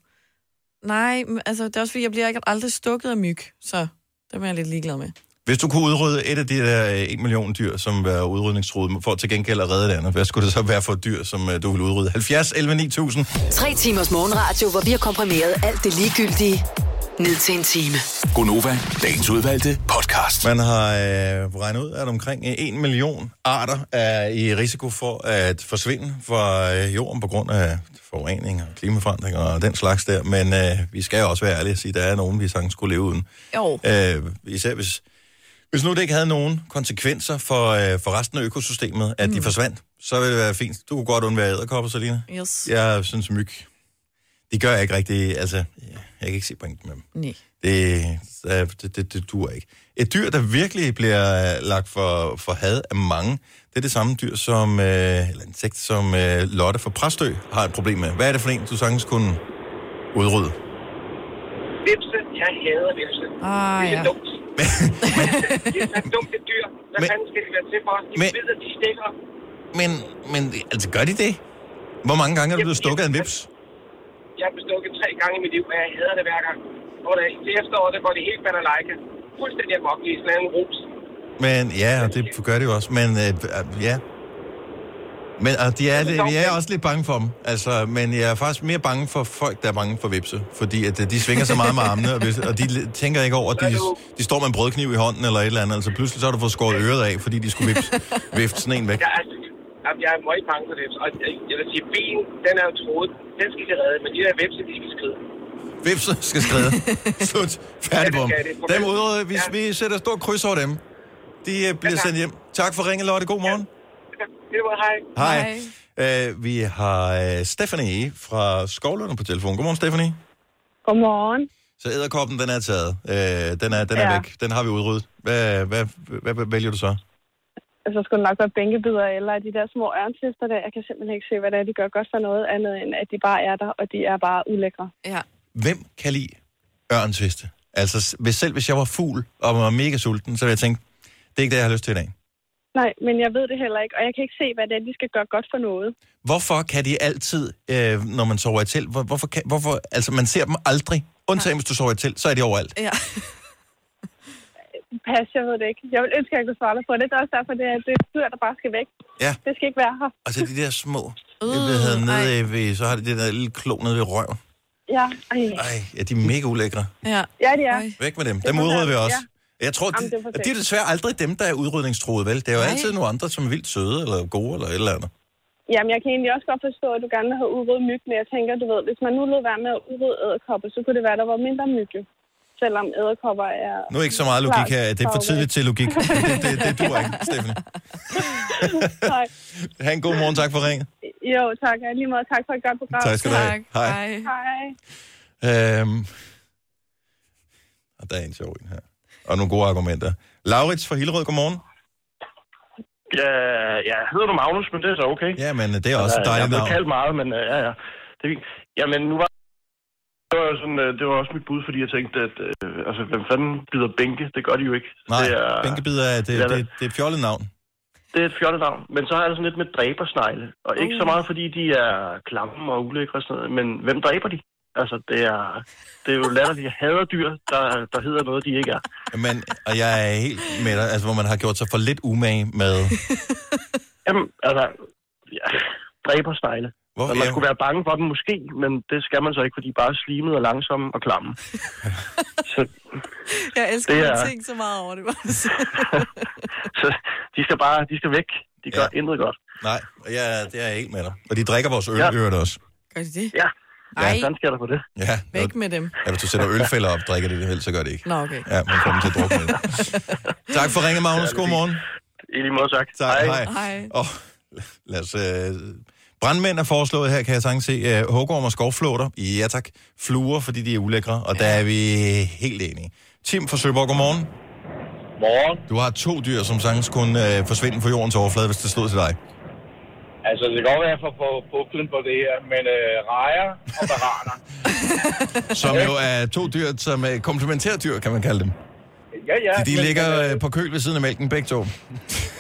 Speaker 2: Nej, men altså, det er også fordi, jeg bliver ikke aldrig stukket af myg, så det er jeg lidt ligeglad med.
Speaker 1: Hvis du kunne udrydde et af de der 1 million dyr, som er udrydningstruede, for til gengæld at redde det andet, hvad skulle det så være for et dyr, som øh, du vil udrydde? 70, 11, 9000.
Speaker 6: Tre timers morgenradio, hvor vi har komprimeret alt det ligegyldige ned til en time.
Speaker 1: Gonova, dagens udvalgte podcast. Man har øh, regnet ud, at omkring 1 million arter er i risiko for at forsvinde fra øh, jorden på grund af forurening og klimaforandringer og den slags der. Men øh, vi skal jo også være ærlige og sige, at der er nogen, vi sagtens skulle leve uden.
Speaker 2: Jo.
Speaker 1: Øh, især hvis, hvis nu det ikke havde nogen konsekvenser for, øh, for resten af økosystemet, at mm. de forsvandt, så ville det være fint. Du kunne godt undvære æderkopper, Selina.
Speaker 2: Yes.
Speaker 1: Jeg synes myg. De gør jeg ikke rigtig, altså, ja, jeg kan ikke se pointen med dem.
Speaker 2: Nej.
Speaker 1: Det, øh, det, det, det dur ikke. Et dyr, der virkelig bliver øh, lagt for, for had af mange, det er det samme dyr som, øh, eller insekt, som øh, Lotte fra Præstø har et problem med. Hvad er det for en, du sagtens kunne udrydde?
Speaker 11: Vipse, jeg hader vipse.
Speaker 2: Ah,
Speaker 11: det er
Speaker 2: ja.
Speaker 11: så dumt. det er så dumt et dyr. Hvad fanden skal det være til for? De
Speaker 1: men-
Speaker 11: men, ved, at de stikker.
Speaker 1: Men, men altså, gør de det? Hvor mange gange er du blevet stukket af en vips?
Speaker 11: Jeg har bestukket tre gange i mit liv, og jeg hader det hver gang. Og da til efteråret, der går det helt banalejke. Fuldstændig amok i sådan en rus.
Speaker 1: Men ja, og det gør det jo også. Men øh, øh, ja. Men og de er, lidt- jeg er også lidt bange for dem. Altså, men jeg er faktisk mere bange for folk, der er bange for vipse. Fordi at, øh, de svinger så meget med armene, og, hvis, og de l- tænker ikke over, at de, de står med en brødkniv i hånden eller et eller andet. Altså pludselig så har du fået skåret øret af, fordi de skulle vips, vifte sådan en væk.
Speaker 11: Jeg er, altså- jamen, jeg er meget bange for vips. Og jeg, jeg vil sige, bilen, den er jo troet. Den skal de redde, men de der vipse, de skal skride.
Speaker 1: Vipse skal skride. Slut. Færdig på dem.
Speaker 11: Ja, det skal det.
Speaker 1: Dem udrød, vi, vi sætter stort kryds over dem. De øh, bliver sendt hjem. Tak for ringen, Lotte. God morgen.
Speaker 11: Det var hej.
Speaker 1: Hej. Øh, vi har øh, Stephanie fra Skovlund på telefon. Godmorgen, Stephanie.
Speaker 12: Godmorgen.
Speaker 1: Så æderkoppen, den er taget. Øh, den er, den er
Speaker 12: Ja.
Speaker 1: ja. væk. Den har vi udryddet. Hvad, hvad, hvad, hvad vælger du så?
Speaker 12: Altså, skulle det nok være bænkebider eller de der små ørnfister der. Jeg kan simpelthen ikke se, hvad det er, de gør godt for noget andet, end at de bare er der, og de er bare ulækre.
Speaker 2: Ja.
Speaker 1: Hvem kan lide ørnsviste? Altså, s- hvis, selv hvis jeg var fugl og var mega sulten, så ville jeg tænke, det er ikke det, jeg har lyst til i dag.
Speaker 12: Nej, men jeg ved det heller ikke, og jeg kan ikke se, hvad det er, de skal gøre godt for noget.
Speaker 1: Hvorfor kan de altid, øh, når man sover i et telt, hvor, hvorfor, kan, hvorfor, altså man ser dem aldrig, undtagen hvis du sover i et telt, så er de overalt.
Speaker 2: Ja.
Speaker 12: Pas, jeg ved det ikke. Jeg vil ønske, at jeg kunne svare dig på det. Det er også derfor, det er, det er dyr, der bare skal væk.
Speaker 1: Ja.
Speaker 12: Det skal ikke være her.
Speaker 1: Altså de der små, uh, ved,
Speaker 12: Mm,
Speaker 1: havde nede ved, så har de det der lille klo nede ved røven.
Speaker 12: Ja, ej.
Speaker 1: Ej, ja, de er mega ulækre.
Speaker 2: Ja,
Speaker 12: ja det er.
Speaker 1: Væk med dem. Dem udrydder vi også. Jeg tror,
Speaker 12: Jamen,
Speaker 1: Jamen,
Speaker 12: det
Speaker 1: det,
Speaker 12: er for
Speaker 1: det,
Speaker 12: sent.
Speaker 1: det er desværre aldrig dem, der er udrydningstruede, vel? Det er jo
Speaker 12: Nej.
Speaker 1: altid nogle andre, som er vildt søde, eller gode, eller et eller andet.
Speaker 12: Jamen, jeg kan egentlig også godt forstå, at du gerne vil have udryddet myg, men jeg tænker, du ved, hvis man nu lød være med at udrydde æderkopper, så kunne det være, at der var mindre myg, jo. Selvom æderkopper er...
Speaker 1: Nu er ikke så meget logik her. Det er for tidligt til logik. Det, det, det, det duer ikke, Stephanie.
Speaker 12: Nej.
Speaker 1: Ha' en god morgen. Tak for ringen.
Speaker 12: Jo, tak. Og i Lige måde tak for et godt program.
Speaker 1: Tak skal du have. Tak. Hej. Hej.
Speaker 12: Hej.
Speaker 1: Øhm. Og der er en sjov en her. Og nogle gode argumenter. Laurits fra Hillerød, godmorgen.
Speaker 13: Ja, ja, hedder du Magnus, men det er så okay.
Speaker 1: Ja, men øh, det er også et
Speaker 13: Jeg
Speaker 1: dejligt
Speaker 13: er blevet
Speaker 1: navn.
Speaker 13: kaldt meget, men øh, ja, ja. Det er fint. Jamen, nu var det var, jo sådan, øh, det var også mit bud, fordi jeg tænkte, at øh, altså, hvem fanden bider bænke? Det gør de jo ikke.
Speaker 1: Nej,
Speaker 13: det er,
Speaker 1: bænkebider er, det,
Speaker 13: Ja,
Speaker 1: det, det er et fjollet navn.
Speaker 13: det er et fjollet navn, men så er det sådan lidt med dræbersnegle. Og ikke
Speaker 1: Uh.
Speaker 13: så meget, fordi de er klamme og ulækre og sådan noget, men hvem dræber de? Altså, det er, det er jo latterligt. Jeg hader dyr, der, der hedder noget, de ikke er.
Speaker 1: Men, og jeg er helt med dig, altså, hvor man har gjort sig for lidt umage med...
Speaker 13: Jamen, altså, ja, dræber snegle. Altså,
Speaker 1: Hvorfor?
Speaker 13: Man skulle være bange for dem måske, men det skal man så ikke, for de er bare slimede og langsomme og klamme. så,
Speaker 2: Jeg elsker,
Speaker 13: Det
Speaker 2: at
Speaker 13: er-
Speaker 2: jeg tænker så meget over det. var det så-
Speaker 13: så de skal bare de skal væk. De gør ja. intet godt.
Speaker 1: Nej, og jeg, det er jeg helt med dig. Og de drikker vores øl,
Speaker 13: Ja.
Speaker 1: ja. øvrigt også.
Speaker 2: Gør de det?
Speaker 13: Ja.
Speaker 2: Ej,
Speaker 1: Ja.
Speaker 13: Hvordan sker der på det?
Speaker 1: Ja,
Speaker 2: væk med dem.
Speaker 1: ja hvis du sætter ølfælder op, drikker det det helst, så gør det ikke.
Speaker 2: Nå, okay.
Speaker 1: Ja, man får dem til at drukke med. Tak for ringet, Magnus. God morgen.
Speaker 13: I lige måde, tak.
Speaker 1: Tak, hej.
Speaker 2: Hej.
Speaker 1: Og lad os... Øh, brandmænd er foreslået her, kan jeg sagtens se. Øh, Hågorm og skovflåter. Ja tak. Fluer, fordi de er ulækre. Og der er vi helt enige. Tim fra Søborg, godmorgen.
Speaker 14: Morgen.
Speaker 1: Du har to dyr, som sagtens kunne øh, forsvinde fra jordens overflade, hvis det stod til dig.
Speaker 14: Altså, det kan godt være, at jeg får på puklen på det her, men øh, rejer og baraner.
Speaker 1: Som jo er to dyr, som er komplementærdyr, kan man kalde dem.
Speaker 14: Ja, ja.
Speaker 1: De
Speaker 14: men, øh,
Speaker 1: ligger øh, på køl ved siden af mælken, begge to.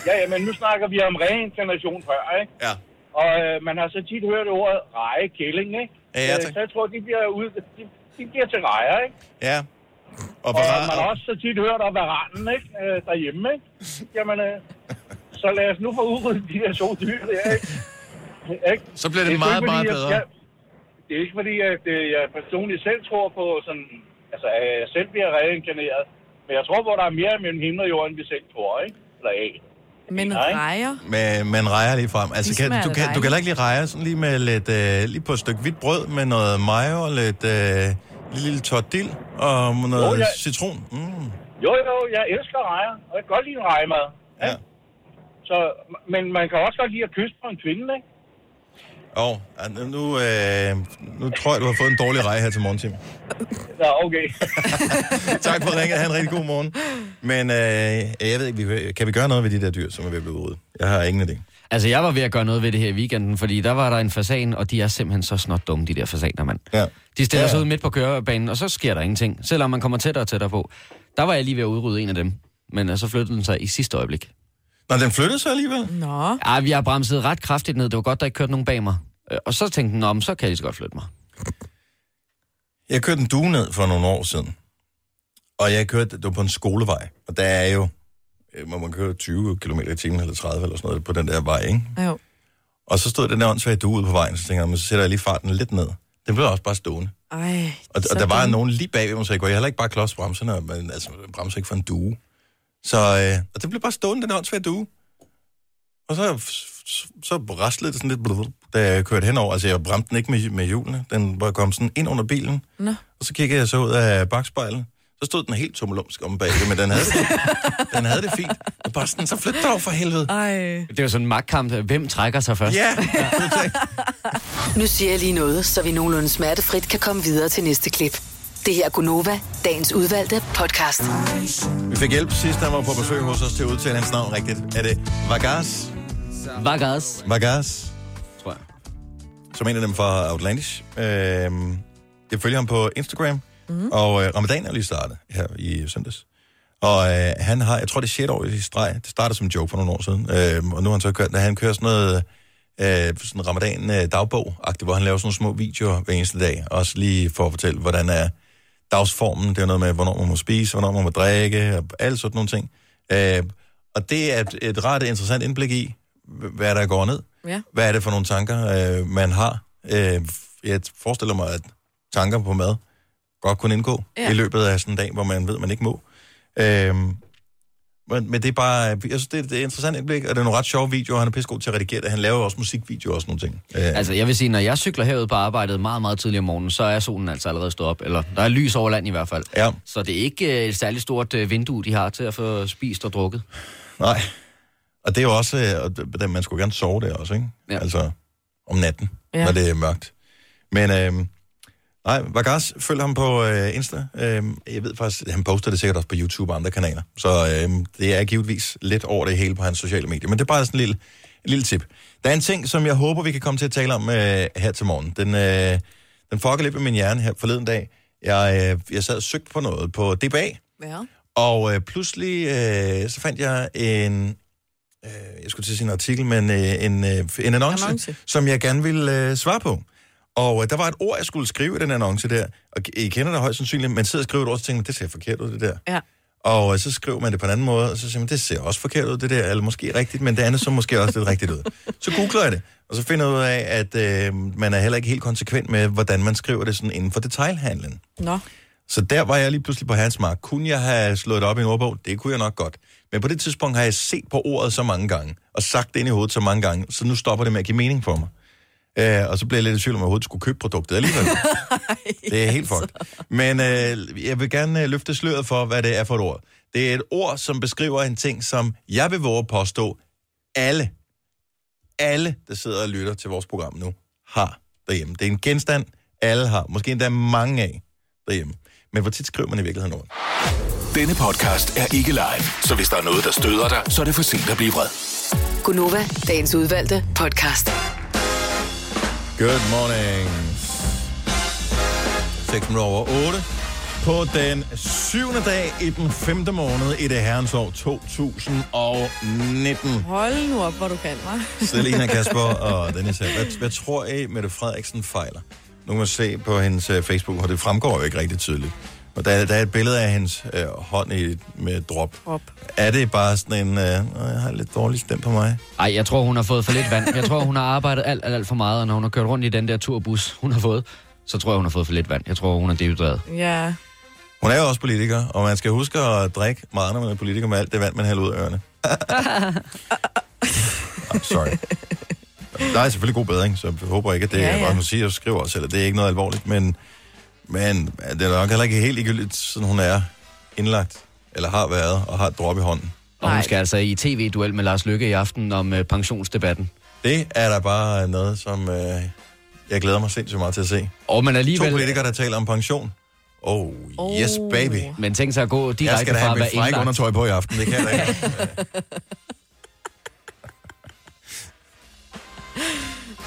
Speaker 14: Ja, ja, men nu snakker vi om reinkarnation før, ikke?
Speaker 1: Ja.
Speaker 14: Og øh, man har så tit hørt ordet rejekælling, ikke?
Speaker 1: Ja, ja,
Speaker 14: Øh,
Speaker 1: tak.
Speaker 14: Så jeg tror, de bliver, ud, de, de bliver til rejer, ikke?
Speaker 1: Ja. Og,
Speaker 14: Og
Speaker 1: bara-
Speaker 14: man har også så tit hørt om varanen, ikke? Øh, derhjemme, ikke? Jamen, øh, så lad os nu få udryddet de der to dyr der, ikke? ikke?
Speaker 1: Så bliver det
Speaker 14: er sgu
Speaker 1: meget,
Speaker 14: ikke, fordi,
Speaker 1: meget
Speaker 14: jeg-
Speaker 1: bedre.
Speaker 14: Jeg, det er ikke fordi, at øh, jeg personligt selv tror på sådan... Altså, at jeg selv bliver reinkarneret. Men jeg tror på, at der er mere mellem himmel og jord, end vi selv tror, ikke? Eller af.
Speaker 2: Men
Speaker 14: Nej.
Speaker 2: rejer?
Speaker 1: med, med en rejer lige frem. Altså,
Speaker 2: De
Speaker 1: kan,
Speaker 2: smager
Speaker 1: du, kan, du kan
Speaker 2: dejligt.
Speaker 1: heller ikke lige rejer sådan lige med lidt, øh, lige på et stykke hvidt brød med noget mayo og lidt øh, lille tørt dild og noget
Speaker 14: jeg-
Speaker 1: citron. Mm.
Speaker 14: Jo, jo, jeg elsker rejer, og jeg kan godt lide en rejemad.
Speaker 1: Ja.
Speaker 14: Så, men man kan også godt lide at kysse på en kvinde, ikke?
Speaker 1: Og ah, nu, nu, øh, nu tror jeg, du har fået en dårlig rej her til morgen, Tim.
Speaker 14: Nå, okay.
Speaker 1: tak for ringet. Ha' en rigtig god morgen. Men øh, jeg ved ikke, vi, kan vi gøre noget ved de der dyr, som er ved at blive udryddet? Jeg har ingen idé.
Speaker 3: Altså, jeg var ved at gøre noget ved det her i weekenden, fordi der var der en fasan, og de er simpelthen så snot dumme, de der fasaner, mand.
Speaker 1: Ja.
Speaker 3: De stiller
Speaker 1: Ja,
Speaker 3: ja.
Speaker 1: ja.
Speaker 3: sig ud midt på kørebanen, og så sker der ingenting, selvom man kommer tættere og tættere på. Der var jeg lige ved at udrydde en af dem, men øh, så flyttede den sig i sidste øjeblik.
Speaker 1: Nå, den flyttede sig alligevel?
Speaker 2: Nå.
Speaker 3: Ja, vi har bremset ret kraftigt ned. Det var godt, der ikke kørte nogen bag mig. Øh, Og så tænkte den om, så kan jeg lige så godt flytte mig.
Speaker 1: Jeg kørte en due ned for nogle år siden. Og jeg kørte, det var på en skolevej. Og der er jo, øh, må man køre 20 km i timen eller 30 eller sådan noget på den der vej, ikke?
Speaker 2: Jo.
Speaker 1: Og så stod den der åndssvage due ude på vejen, så tænkte jeg, "Men så sætter jeg lige farten lidt ned. Den blev også bare stående.
Speaker 2: Ej,
Speaker 1: Og, og
Speaker 2: så
Speaker 1: der var
Speaker 2: dumme.
Speaker 1: nogen lige bagved mig, så jeg går jeg heller ikke bare klods bremserne, men altså jeg bremser ikke for en due. Så, øh, og det blev bare stående, den her åndssvage due. Og så, så raslede det sådan lidt, blub, da jeg kørte henover. Altså jeg bremte den ikke med, med hjulene, den var kommet sådan ind under bilen.
Speaker 2: Nå.
Speaker 1: Og så kiggede jeg så ud af bagspejlet. Så stod den helt tummelumsk om bagved, men den havde det, den havde det fint. Og bare sådan, så flyt dig over for helvede.
Speaker 2: Ej.
Speaker 3: Det er jo sådan en magtkamp. Hvem trækker sig først?
Speaker 1: Ja,
Speaker 6: Nu siger jeg lige noget, så vi nogenlunde smertefrit kan komme videre til næste klip. Det her er Gunova, dagens udvalgte podcast.
Speaker 1: Vi fik hjælp sidst, han var på besøg hos os til at udtale hans navn rigtigt. Er det Vargas?
Speaker 3: Vargas.
Speaker 1: Vargas.
Speaker 3: Tror jeg.
Speaker 1: Som en af dem fra Outlandish. Øhm, jeg følger ham på Instagram. Mm. Og øh, ramadan er lige startet her i søndags. Og øh, han har, jeg tror det er 6 år i streg, det startede som en joke for nogle år siden, øh, og nu har han så kørt, han kører sådan noget øh, sådan ramadan øh, dagbog hvor han laver sådan nogle små videoer hver eneste dag, også lige for at fortælle, hvordan er dagsformen, det er noget med, hvornår man må spise, hvornår man må drikke, og alle sådan nogle ting. Øh, og det er et, et ret interessant indblik i, h- hvad der går ned.
Speaker 2: Ja.
Speaker 1: Hvad er det for nogle tanker, øh, man har? Øh, jeg forestiller mig, at tanker på mad godt kunne indgå
Speaker 2: Ja.
Speaker 1: ja. i løbet af sådan en dag, hvor man ved, man ikke må. Øh, men, men det er bare, jeg synes, det, er- det er et interessant indblik, og det er nogle ret sjove videoer, han er pissegod til at redigere det. Han laver også musikvideoer og sådan nogle ting. Øh,
Speaker 3: Altså, jeg vil sige, når jeg cykler herud på arbejdet meget, meget tidligt om morgenen, så er solen altså allerede stået op. Eller der er lys over land i hvert fald.
Speaker 1: Ja.
Speaker 3: Så det er ikke øh, et særligt stort øh, vindue, de har til at få spist og drukket.
Speaker 1: Nej. Og det er jo også, øh, og det- det- man skulle gerne sove der også, ikke? Ja. Altså om natten,
Speaker 2: Ja.
Speaker 1: ja. når det er mørkt. Men øh, nej, Vargas, følg ham på øh, Insta. Øh, jeg ved faktisk, han poster det sikkert også på YouTube og andre kanaler. Så øh, det er givetvis lidt over det hele på hans sociale medier. Men det er bare sådan en lille, en lille tip. Der er en ting, som jeg håber, vi kan komme til at tale om øh, her til morgen. Den, øh, den fucker lidt med min hjerne her forleden dag. Jeg, øh, jeg sad og søgte på noget på DBA.
Speaker 2: Ja.
Speaker 1: Og øh, pludselig øh, så fandt jeg en, øh, jeg skulle til at sige en artikel, men øh, en, øh, en annonce,
Speaker 2: Annonce.
Speaker 1: annonce, som jeg gerne ville øh, svare på. Og øh, der var et ord, jeg skulle skrive i den annonce der, og I kender det højst sandsynligt, man sidder og skriver et ord, og tænker, man, det ser forkert ud, det der.
Speaker 2: Ja.
Speaker 1: Og øh, så skriver man det på en anden måde, og så siger man, det ser også forkert ud, det der, eller måske rigtigt, men det andet så måske også lidt rigtigt ud. Så googler jeg det, og så finder jeg ud af, at øh, man er heller ikke helt konsekvent med, hvordan man skriver det sådan inden for detailhandlen.
Speaker 2: Nå.
Speaker 1: Så der var jeg lige pludselig på hans mark. Kunne jeg have slået det op i en ordbog? Det kunne jeg nok godt. Men på det tidspunkt har jeg set på ordet så mange gange, og sagt det ind i hovedet så mange gange, så nu stopper det med at give mening for mig. Øh, og så blev jeg lidt i tvivl om, at jeg overhovedet skulle købe produktet alligevel. det er helt fucked. Men øh, jeg vil gerne øh, løfte sløret for, hvad det er for et ord. Det er et ord, som beskriver en ting, som jeg vil våge at påstå, alle, alle, der sidder og lytter til vores program nu, har derhjemme. Det er en genstand, alle har. Måske endda mange af derhjemme. Men hvor tit skriver man i virkeligheden ordet?
Speaker 7: Denne podcast er ikke live, så hvis der er noget, der støder dig, så er det for sent at blive vred.
Speaker 6: Gunova, dagens udvalgte podcast.
Speaker 1: Good morning. 6 minutter over 8. På den syvende dag i den femte måned i det herrens år 2019.
Speaker 2: Hold nu op, hvor du kan, hva'?
Speaker 1: Selina Kasper og Dennis her. Hvad, hvad tror I, Mette Frederiksen fejler? Nu kan man se på hendes øh, Facebook, og det fremgår jo ikke rigtig tydeligt. Og der, der er et billede af hendes øh, hånd i, med drop.
Speaker 2: drop.
Speaker 1: Er det bare sådan en, øh, "Nå, jeg har lidt dårlig stem på mig?
Speaker 3: Ej, jeg tror, hun har fået for lidt vand. Jeg tror, hun har arbejdet alt, alt, alt for meget, og når hun har kørt rundt i den der turbus, hun har fået, så tror jeg, hun har fået for lidt vand. Jeg tror, hun er dehydreret.
Speaker 2: Ja.
Speaker 1: Hun er jo også politiker, og man skal huske at drikke meget, når man er politiker, med alt det vand, man hælder ud af ørerne. I'm sorry. Der er selvfølgelig god bedring, så jeg håber ikke, at det
Speaker 2: Ja,
Speaker 1: ja,
Speaker 2: ja.
Speaker 1: ja. var, hun siger og skriver også, eller det er ikke noget alvorligt, men, men det er nok heller ikke helt ligegyldigt, sådan hun er indlagt, eller har været, og har et drop i hånden.
Speaker 3: Og hun skal altså i tv-duel med Lars Lykke i aften om øh, pensionsdebatten.
Speaker 1: Det er der bare noget, som øh, jeg glæder mig sindssygt meget til at se.
Speaker 3: Og men alligevel...
Speaker 1: To politikere, der taler om pension. Oh, yes baby.
Speaker 3: Men tænk sig at gå Oh. direkte
Speaker 1: Jeg skal da
Speaker 3: fra
Speaker 1: have
Speaker 3: at
Speaker 1: mit
Speaker 3: være
Speaker 1: frække
Speaker 3: indlagt.
Speaker 1: undertøj på i aften, det kan jeg da ikke.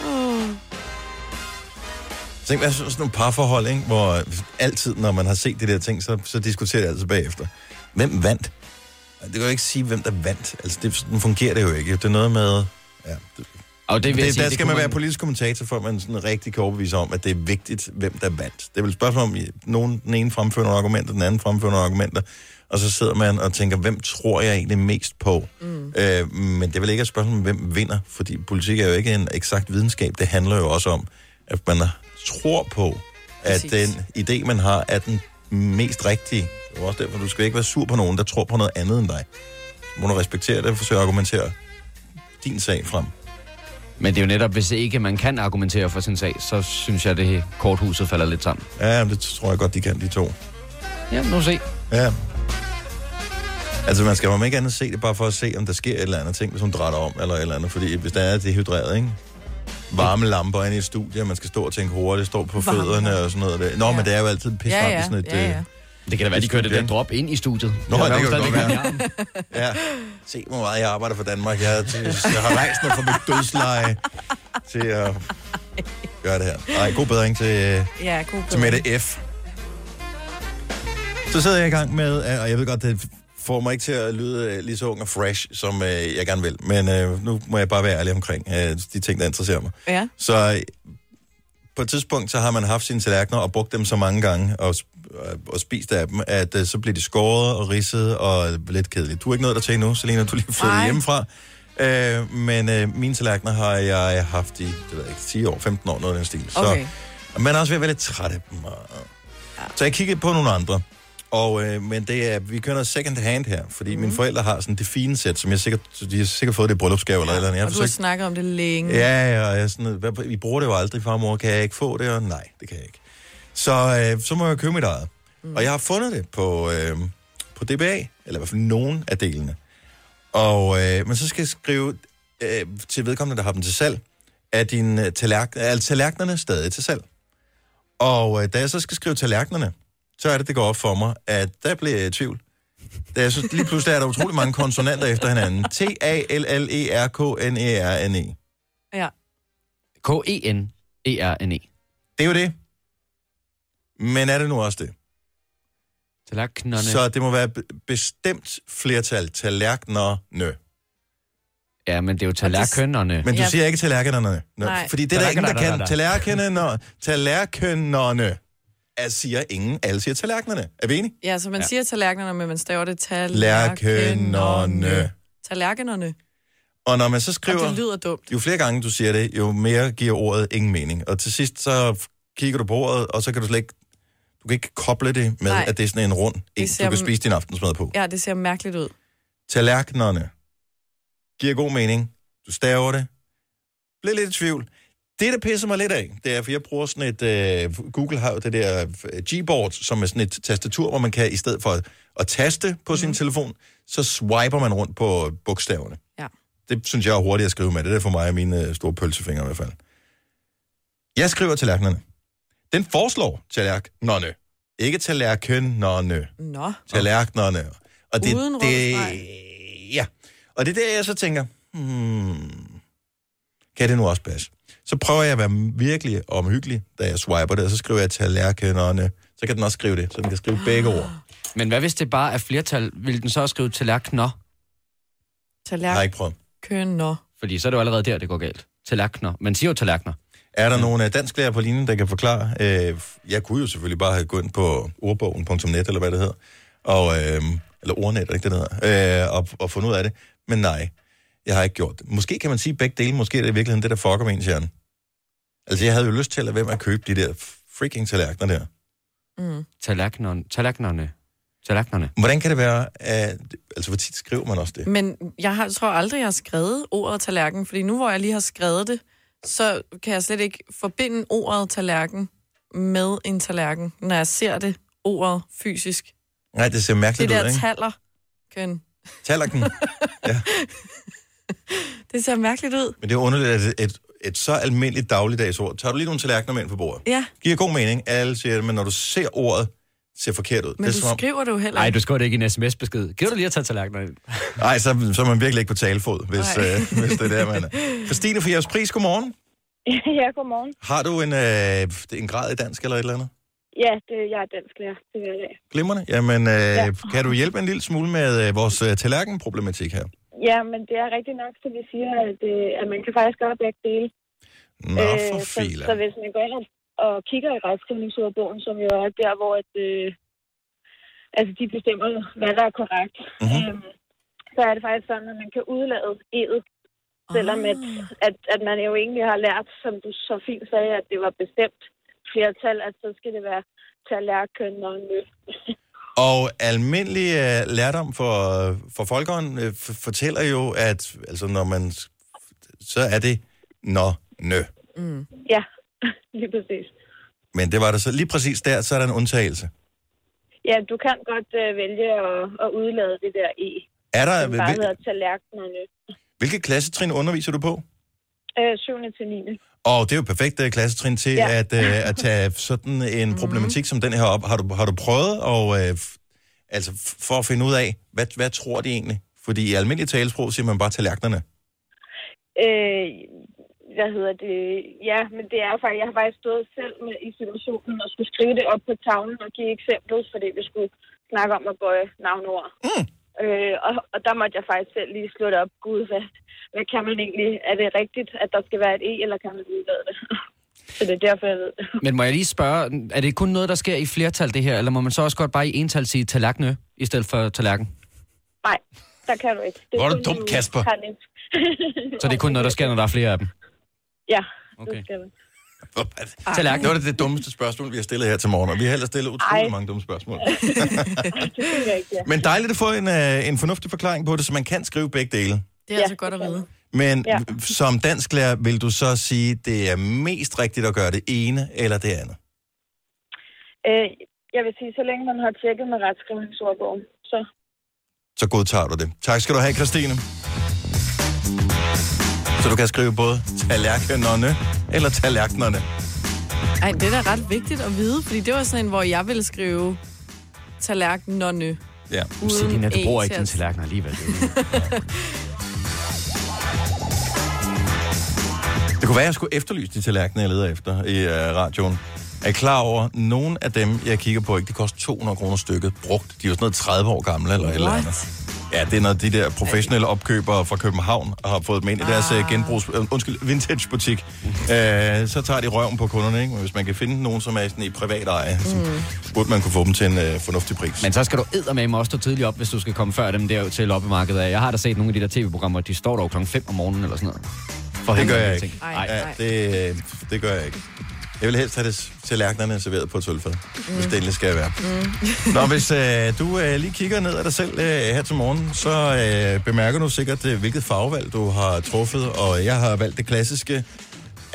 Speaker 2: Oh.
Speaker 1: Tænk, hvad er sådan nogle parforhold, ikke? hvor altid, når man har set de der ting, så, så diskuterer det altid bagefter. Hvem vandt? Det kan jo ikke sige, hvem der vandt. Altså, det, sådan fungerer det jo ikke. Det er noget med... Ja, det,
Speaker 3: og det vil jeg sige,
Speaker 1: der
Speaker 3: det
Speaker 1: skal
Speaker 3: kunne
Speaker 1: man
Speaker 3: man-
Speaker 1: være politisk kommentator, for at man sådan rigtig kan overbevise om, at det er vigtigt, hvem der vandt. Det er vel et spørgsmål om, i- nogen, den ene fremfører nogle argumenter, den anden fremfører nogle argumenter, og så sidder man og tænker, hvem tror jeg egentlig mest på? Mm. Øh, men det er vel ikke et spørgsmål om, hvem vinder, fordi politik er jo ikke en eksakt videnskab. Det handler jo også om, at man tror på, at
Speaker 2: Præcis.
Speaker 1: den idé, man har, er den mest rigtige. Det er jo også derfor, du skal ikke være sur på nogen, der tror på noget andet end dig. Så må du respektere det og forsøge at argumentere din sag frem.
Speaker 3: Men det er jo netop, hvis ikke man kan argumentere for sin sag, så synes jeg, det korthuset falder lidt sammen.
Speaker 1: Ja, men det tror jeg godt, de kan, de to.
Speaker 3: Ja, nu se.
Speaker 1: Ja. Altså, man skal jo om ikke andet se det, bare for at se, om der sker et eller andet ting, hvis hun drejer om, eller et eller andet. Fordi hvis der er dehydreret, ikke? Varme lamper inde i et studie, og man skal stå og tænke hurtigt, stå på
Speaker 3: Varme
Speaker 1: fødderne og sådan noget. Der. Nå,
Speaker 3: Ja.
Speaker 1: ja. men det er jo altid pisse
Speaker 3: Ja,
Speaker 1: varmt i
Speaker 3: ja.
Speaker 1: sådan et...
Speaker 3: Ja, ja.
Speaker 1: øh,
Speaker 3: Det kan da være, de kørte det der
Speaker 1: studie,
Speaker 3: drop ind i studiet.
Speaker 1: Nå,
Speaker 3: Det kan
Speaker 1: det,
Speaker 3: være,
Speaker 1: det
Speaker 3: hun
Speaker 1: kan jo
Speaker 3: stadig
Speaker 1: godt være. Ja. Se, hvor meget jeg arbejder for Danmark. Jeg, jeg har rejst noget fra mit dødsleje til at gøre det her. Nej, god bedring til, øh,
Speaker 2: Ja, god
Speaker 1: til Mette F. Så sidder jeg i gang med, øh, og jeg ved godt, det får mig ikke til at lyde øh, lige så ung og fresh, som øh, jeg gerne vil. Men øh, nu må jeg bare være ærlig omkring øh, de ting, der interesserer mig.
Speaker 2: Ja.
Speaker 1: Så øh, på et tidspunkt, så har man haft sine tallerkener og brugt dem så mange gange og, sp- og- og spist af dem, at øh, så bliver de skåret og ridset og lidt kedeligt. Du er ikke nået dertil endnu, Selina, du er lige flyttet
Speaker 15: Nej.
Speaker 1: hjemmefra. Øh, men øh, mine tallerkener har jeg haft i, det ved jeg ikke, 10 år, 15 år, noget af den stil.
Speaker 15: Okay.
Speaker 2: Mm.
Speaker 1: Så man er også ved at være lidt træt af dem. Og... Ja. Så jeg kiggede på nogle andre. Og, øh, men det er, vi kører noget second hand her, fordi mm. mine forældre har sådan det fine sæt, som jeg sikkert, de har sikkert fået det i bryllupsgave ja. eller et eller andet. Jeg
Speaker 2: Og du har
Speaker 1: forsøgte-
Speaker 2: snakket om det længe.
Speaker 1: Ja, ja, og jeg er sådan, hvad, vi bruger det jo aldrig, far og mor, kan jeg ikke få det? Og nej, det kan jeg ikke. Så, øh, så må jeg købe mit eget. Mm. Og jeg har fundet det på, øh, på DBA, eller i hvert fald nogen af delene. Og, øh, men så skal jeg skrive øh, til vedkommende, der har dem til salg, er, din, øh, tallerk- er tallerkenerne stadig til salg? Og øh, da jeg så skal skrive tallerkenerne, så er det, det går op for mig, at der bliver jeg i tvivl. Da jeg så, lige pludselig er der utrolig mange konsonanter efter hinanden. E T-A-L-L-E-R-K-N-E-R-N-E.
Speaker 2: Ja.
Speaker 3: K-E-N-E-R-N-E.
Speaker 1: Det er jo det. Men er det nu også det?
Speaker 3: Tallerkenerne.
Speaker 1: Så det må være be- bestemt flertal tallerkenerne.
Speaker 3: Ja, men det er jo tallerkenerne.
Speaker 1: Men du
Speaker 3: Ja.
Speaker 1: siger ikke tallerkenerne. Nå,
Speaker 3: Nej.
Speaker 1: Fordi det er der ingen, der kan.
Speaker 3: Tallerkener,
Speaker 1: Tallerkenerne. Tallerkenerne. Jeg siger ingen. Alle siger tallerkenerne. Er vi enige?
Speaker 2: Ja, så man ja. siger tallerkenerne, men man staver det
Speaker 1: Tallerkenerne.
Speaker 2: tallerkenerne.
Speaker 1: Og når man så
Speaker 2: Og
Speaker 1: skriver...
Speaker 2: det lyder dumt.
Speaker 1: Jo flere gange du siger det, jo mere giver ordet ingen mening. Og til sidst så f- kigger du på ordet, og så kan du slet ikke... Du kan ikke koble det med,
Speaker 2: Nej.
Speaker 1: Nej. at det er sådan en rund en,
Speaker 2: ser
Speaker 1: du kan
Speaker 2: m-
Speaker 1: spise din aftensmad på.
Speaker 2: Ja, det ser mærkeligt ud.
Speaker 1: tallerkenerne giver god mening. Du staver det. Bliver lidt i tvivl. Det, der pisser mig lidt af, det er, for jeg bruger sådan et... Øh, Google har jo det der øh, Gboard, som er sådan et tastatur, hvor man kan, i stedet for at, at taste på mm. sin telefon, så swiper man rundt på bogstaverne.
Speaker 2: Ja.
Speaker 1: Det synes jeg er hurtigt at skrive med. Det er for mig og mine øh, store pølsefingre i hvert fald. Jeg skriver tallerkenerne. Den foreslår tallerkenerne. Ikke tallerkenerne.
Speaker 2: Nå.
Speaker 1: Tallerkenerne. Og det,
Speaker 2: Uden rød
Speaker 1: det,
Speaker 2: streg.
Speaker 1: Ja. Og det er der, jeg så tænker, hmm, kan det nu også passe? Så prøver jeg at være virkelig omhyggelig, da jeg swiper det, og så skriver jeg tallerkenerne. Så kan den også skrive det, så den kan skrive begge ord.
Speaker 3: Men hvad hvis det bare er flertal? Vil den så også skrive tallerkener?
Speaker 1: Jeg har ikke prøvet.
Speaker 2: Tallerkener.
Speaker 3: Fordi så er det jo allerede der, det går galt. Tallerkener. Man siger jo tallerkener.
Speaker 1: Er der nogen af dansklærer på linjen, der kan forklare? Øh, jeg kunne jo selvfølgelig bare have gået ind på ordbogen.net, eller hvad det hedder, og, øh, eller ordnet, ikke det, det hedder, øh, og, og fundet ud af det. Men nej, jeg har ikke gjort det. Måske kan man sige begge dele, måske er det i virkeligheden det, der fucker med ens hjerne. Altså, jeg havde jo lyst til at lade være med at købe de der freaking tallerkener der.
Speaker 2: Mm.
Speaker 3: Tallerkenerne. Tallerkenerne. Tallerkenerne.
Speaker 1: Hvordan kan det være, at... Altså, hvor tit skriver man også det?
Speaker 2: Men jeg har, tror aldrig, jeg har skrevet ordet tallerken, fordi nu hvor jeg lige har skrevet det, så kan jeg slet ikke forbinde ordet tallerken med en tallerken, når jeg ser det ordet fysisk.
Speaker 1: Nej, det ser mærkeligt
Speaker 2: det der
Speaker 1: ud, ikke?
Speaker 2: tallerken,
Speaker 1: Tallerken.
Speaker 2: det ser mærkeligt ud.
Speaker 1: Men det er underligt, at et, et, et så almindeligt dagligdags ord... Tager du lige nogle tallerkener med ind på bordet?
Speaker 2: Ja,
Speaker 1: giver god mening, alle siger det, men når du ser ordet, ser forkert ud.
Speaker 2: men
Speaker 1: det er
Speaker 2: du
Speaker 1: som om-
Speaker 2: skriver det jo heller
Speaker 3: Nej,
Speaker 2: ikke.
Speaker 3: du skriver det ikke i en sms-besked. Giver du lige at tage tallerkenerne ind?
Speaker 1: Nej, så, så er man virkelig ikke på talefod, hvis,
Speaker 3: Nej.
Speaker 1: øh, hvis det er der, man er. Christine for jeres pris, godmorgen.
Speaker 9: ja, godmorgen.
Speaker 1: Har du en, øh, en grad i dansk eller et eller andet?
Speaker 9: Ja, det, jeg er dansk lærer til hverdag.
Speaker 1: Glimrende. Jamen, øh, ja. kan du hjælpe en lille smule med øh, vores øh, tallerkenproblematik her?
Speaker 9: Ja, men det er rigtigt nok, som vi siger, at, øh, at man kan faktisk gøre begge dele. Øh,
Speaker 1: Nå, for
Speaker 9: så,
Speaker 1: filan.
Speaker 9: så hvis man går ind og, og kigger i retskrivningsordbogen, som jo er der, hvor at, øh, altså de bestemmer, hvad der er korrekt,
Speaker 1: Mhm.
Speaker 9: mm-hmm. øhm, så er det faktisk sådan, at man kan udlade edet, selvom at, at, at man jo egentlig har lært, som du så fint sagde, at det var bestemt flertal, at så skal det være tallerken og nø.
Speaker 1: Og almindelig øh, lærdom for, for folkeren øh, f- fortæller jo, at altså, når man... s- Så er det nå, nø.
Speaker 9: Mm. Ja, lige præcis.
Speaker 1: Men det var der så lige præcis der, så er der en undtagelse.
Speaker 9: Ja, du kan godt øh, vælge at, at udlade det der e.
Speaker 1: Er der,
Speaker 9: som bare
Speaker 1: hvil-
Speaker 9: hedder tallerkenerne.
Speaker 1: hvilke klassetrin underviser du på?
Speaker 9: Øh, 7. til 9.
Speaker 1: Og det er jo perfekt øh, klassetrin til
Speaker 9: Ja.
Speaker 1: ja. Mhm. at, øh, at tage sådan en problematik som den her op. Har du, har du prøvet og, øh, f- altså f- for at finde ud af, hvad, hvad tror de egentlig? Fordi i almindelig talesprog siger man bare tallerkenerne.
Speaker 9: Øh, hvad hedder det? Ja, men det er faktisk, jeg har faktisk stået selv med, i situationen og skulle skrive det op på tavlen og give eksempler, fordi vi skulle snakke om at bøje navnord. Mm.
Speaker 12: Øh, og, og der måtte jeg faktisk selv lige slå det op. Gud, hvad, hvad kan man egentlig? Er det rigtigt, at der skal være et E, eller kan man udlade det? Så det er derfor, jeg ved det.
Speaker 3: Men må jeg lige spørge, er det kun noget, der sker i flertal, det her? Eller må man så også godt bare i ental sige talakne, i stedet for tallerken?
Speaker 12: Nej, der kan du ikke.
Speaker 3: Hvor er du
Speaker 12: kun
Speaker 3: dum,
Speaker 12: i
Speaker 3: Kasper.
Speaker 12: Carnif.
Speaker 3: Så det er kun noget, der sker, når der er flere af dem?
Speaker 12: ja, okay.
Speaker 3: Okay.
Speaker 12: det skal du.
Speaker 1: Tallerken. Det var det, det dummeste spørgsmål, vi har stillet her til morgen, og vi har ellers stillet utrolig
Speaker 12: Ej.
Speaker 1: mange dumme spørgsmål.
Speaker 12: det synes jeg ikke, ja.
Speaker 1: Men dejligt at få en, øh, en fornuftig forklaring på det, så man kan skrive begge dele.
Speaker 2: Det er ja, altså godt at vide.
Speaker 1: Men
Speaker 2: Ja.
Speaker 1: ja. som dansklærer vil du så sige, det er mest rigtigt at gøre det ene eller det andet?
Speaker 12: Øh, jeg vil sige, så længe man har tjekket med retskrivningsordbogen, så
Speaker 1: Så godtager du det. Tak skal du have, Christine. Så du kan skrive både tallerkenerne eller tallerkenerne.
Speaker 2: Ej, det er da ret vigtigt at vide, fordi det var sådan en, hvor jeg ville skrive tallerken nonne.
Speaker 1: Ja.
Speaker 2: Uden Selina, du bruger E ikke til din at-
Speaker 3: tallerken alligevel.
Speaker 1: Det kunne være, at jeg skulle efterlyse de tallerkener, jeg leder efter i øh, radioen. Er I klar over, nogle af dem, jeg kigger på, ikke, de koster 200 kroner stykket brugt. De er jo sådan noget 30 år gamle eller et eller andet. Ja, det er noget, de der professionelle opkøbere fra København har fået dem ind i deres ah. genbrugs... øh, Undskyld, vintagebutik. Øh, så tager de røven på kunderne, ikke? Men hvis man kan finde nogen, som er sådan i privat eje, mm. så burde man kunne få dem til en øh, fornuftig pris.
Speaker 3: Men så skal du eddermame også stå tidligt op, hvis du skal komme før dem der til loppemarkedet af. Jeg har da set nogle af de der tv-programmer, de står der jo klokken 5 om morgenen eller sådan noget. For
Speaker 1: det
Speaker 3: helvede,
Speaker 1: gør jeg
Speaker 3: jeg
Speaker 1: ikke.
Speaker 3: tænker.
Speaker 1: Nej, ja, det, øh, det gør jeg ikke. Jeg vil helst have det, tallerkenerne serveret på et sølvfad, mm. hvis det endelig skal være. Mm. Nå, hvis øh, du øh, lige kigger ned ad dig selv øh, her til morgen, så øh, bemærker du sikkert, øh, hvilket farvevalg du har truffet. Og jeg har valgt det klassiske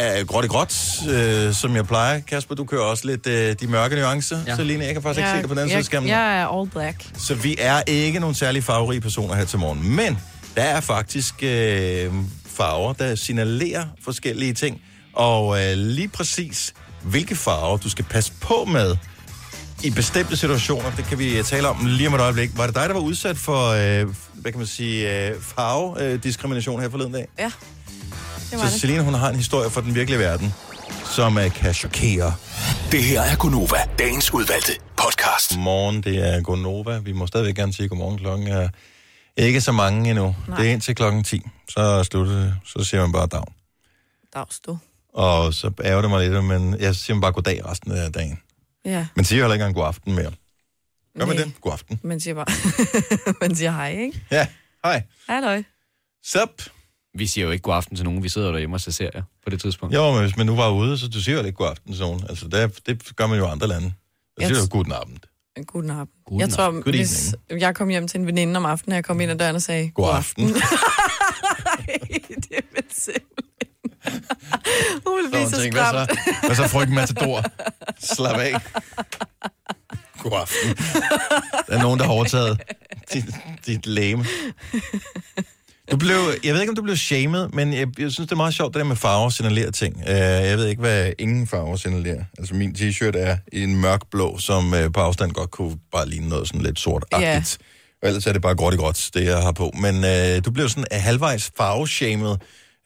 Speaker 1: øh, gråt i gråt, øh, som jeg plejer. Kasper, du kører også lidt øh, de mørke nuancer. Ja. Selina, jeg kan faktisk ja, ikke se dig på den anden side af skærmen.
Speaker 2: Jeg er all black.
Speaker 1: Så vi er ikke nogle særlig farverige personer her til morgen. Men der er faktisk øh, farver, der signalerer forskellige ting. Og øh, lige præcis, hvilke farver du skal passe på med i bestemte situationer, det kan vi øh, tale om lige om et øjeblik. Var det dig, der var udsat for, øh, hvad kan man sige, øh, farvediskrimination her forleden dag?
Speaker 2: Ja, det var
Speaker 1: Så
Speaker 2: det.
Speaker 1: Selina, hun har en historie fra den virkelige verden, som øh, kan chokere. Det her er Gunova, dagens udvalgte podcast. Morgen, det er Gunova. Vi må stadigvæk gerne sige godmorgen. Klokken er ikke så mange endnu. Nej.
Speaker 2: Nej.
Speaker 1: Det er indtil klokken 10. Så slutter det. så siger man bare dag.
Speaker 2: Dags du.
Speaker 1: Og så ærger det mig lidt, men jeg siger man bare goddag resten af dagen.
Speaker 2: Ja,
Speaker 1: Man siger jo heller ikke engang god aften mere. Gør man
Speaker 2: Nej.
Speaker 1: det? God aften.
Speaker 2: man siger bare... man siger hej, ikke?
Speaker 1: Ja, hej.
Speaker 2: Halløj.
Speaker 1: Sup?
Speaker 3: Vi siger jo ikke god aften til nogen, vi sidder derhjemme og ser serier på det tidspunkt.
Speaker 1: Jo, men hvis man nu var ude, så du siger jo ikke god aften, sådan. Altså, det, det gør man jo i andre lande. Jeg siger
Speaker 2: Jeg
Speaker 1: jo
Speaker 2: t-
Speaker 1: god aften.
Speaker 2: Guten Abend.
Speaker 1: Guten
Speaker 2: jeg tror,
Speaker 1: Abend. Good
Speaker 2: hvis jeg kom hjem til en veninde om aftenen, og jeg kom ind ad døren og sagde...
Speaker 1: God aften.
Speaker 2: det er vel simpelthen... Hun ville
Speaker 1: Så
Speaker 2: blive
Speaker 1: hun
Speaker 2: så
Speaker 1: tænkte, hvad
Speaker 2: skræmt.
Speaker 1: så? Hvad så, frygten Matador? Slap af. God aften. Der er nogen, der har overtaget dit, dit læme. Du blev, jeg ved ikke, om du blev shamed, men jeg, jeg synes, det er meget sjovt, det der med farver signalerer ting. Øh, jeg ved ikke, hvad ingen farver signalerer. Altså, min t-shirt er i en mørk blå, som øh, på afstand godt kunne bare ligne noget sådan lidt sort
Speaker 2: Ja.
Speaker 1: og ellers er det bare gråt i gråt, det jeg har på. Men øh, du blev sådan halvvejs farveshamed,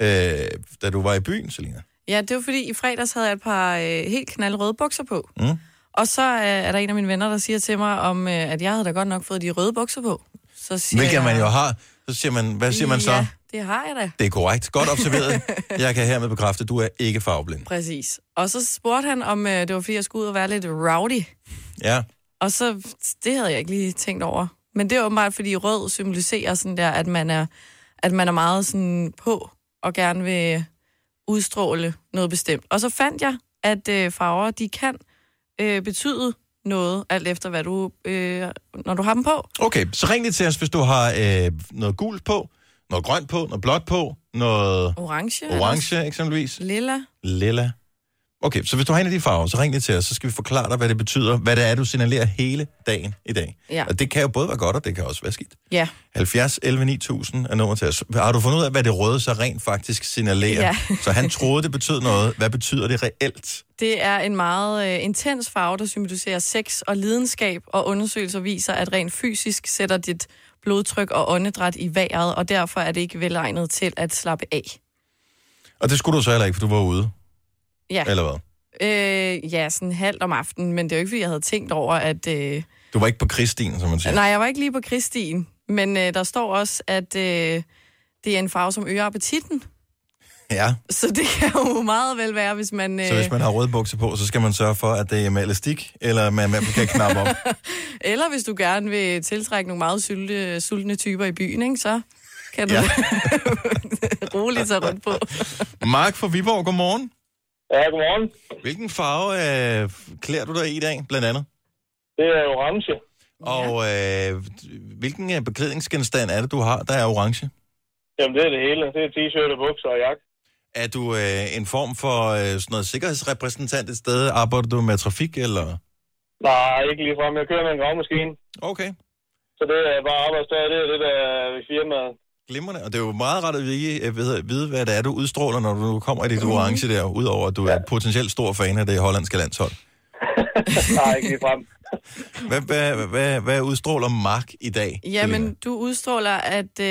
Speaker 1: øh, da du var i byen, Selina.
Speaker 2: Ja, det var fordi, i fredags havde jeg et par øh, helt knaldrøde bukser på.
Speaker 1: Mm.
Speaker 2: Og så øh, er der en af mine venner, der siger til mig, om, øh, at jeg havde da godt nok fået de røde bukser på. Så siger
Speaker 1: Hvilket
Speaker 2: jeg,
Speaker 1: man jo har. Så siger man, hvad siger man så?
Speaker 2: Ja, det har jeg da.
Speaker 1: Det er korrekt. Godt observeret. Jeg kan hermed bekræfte, at du er ikke farveblind.
Speaker 2: Præcis. Og så spurgte han, om øh, det var fordi, jeg skulle ud og være lidt rowdy.
Speaker 1: Ja.
Speaker 2: Og så, det havde jeg ikke lige tænkt over. Men det er åbenbart, fordi rød symboliserer sådan der, at man er, at man er meget sådan på og gerne vil udstråle noget bestemt. Og så fandt jeg, at øh, farver, de kan øh, betyde noget, alt efter hvad du, øh, når du har dem på.
Speaker 1: Okay, så ring lige til os, hvis du har øh, noget gult på, noget grønt på, noget blåt på, noget
Speaker 2: Orange. er der også.
Speaker 1: orange eksempelvis,
Speaker 2: Lilla.
Speaker 1: lilla. Okay, så hvis du har en af de farver, så ring lige til os, så skal vi forklare dig, hvad det betyder, hvad det er, du signalerer hele dagen i dag.
Speaker 2: Ja.
Speaker 1: Og det kan jo både være godt, og det kan også være skidt.
Speaker 2: Ja.
Speaker 1: 70 11 9000 er nummer til os. Har du fundet ud af, hvad det røde så rent faktisk signalerer?
Speaker 2: Ja.
Speaker 1: så han troede, det betød noget. Hvad betyder det reelt?
Speaker 2: Det er en meget øh, intens farve, der symboliserer sex og lidenskab, og undersøgelser viser, at rent fysisk sætter dit blodtryk og åndedræt i vejret, og derfor er det ikke velegnet til at slappe af.
Speaker 1: Og det skulle du så heller ikke, for du var ude,
Speaker 2: Ja,
Speaker 1: eller hvad?
Speaker 2: øh, ja sådan halvt om aftenen, men det er jo ikke, fordi jeg havde tænkt over, at... Øh,
Speaker 1: Du var ikke på krigsstien, som man siger.
Speaker 2: nej, jeg var ikke lige på Kristien, Men øh, der står også, at øh, det er en farve, som øger appetitten.
Speaker 1: Ja.
Speaker 2: Så det kan jo meget vel være, hvis man... Øh,
Speaker 1: Så hvis man har røde bukser på, så skal man sørge for, at det er med elastik, eller man i hvert fald kan knappe op.
Speaker 2: Eller hvis du gerne vil tiltrække nogle meget sulte, sultne typer i byen, ikke, så kan du ja. roligt tage rundt på.
Speaker 1: Mark fra Viborg, godmorgen.
Speaker 16: Ja, godmorgen.
Speaker 1: Hvilken farve øh, klæder du dig i i dag, blandt andet?
Speaker 16: Det er orange.
Speaker 1: Og øh, hvilken øh, beklædningsgenstand er det, du har, der er orange?
Speaker 16: Jamen, det er det hele. Det er t-shirt og bukser og jakke.
Speaker 1: Er du øh, en form for øh, sådan noget sikkerhedsrepræsentant et sted? Arbejder du med trafik, eller?
Speaker 16: Nej, ikke lige frem. Jeg kører med en gravmaskine.
Speaker 1: Okay.
Speaker 16: Så det er bare arbejdstøj. Det er det, der er ved firmaet.
Speaker 1: Glimrende. Og det er jo meget rart at vide, at vide- øh, vide, hvad det er, du udstråler, når du kommer i dit
Speaker 16: Mm.
Speaker 1: orange der, udover at du er potentielt stor fan af det hollandske landshold.
Speaker 16: Nej, ikke lige frem.
Speaker 1: Hvad, hvad, hvad, hvad udstråler Mark i dag?
Speaker 2: Jamen, du udstråler, at øh,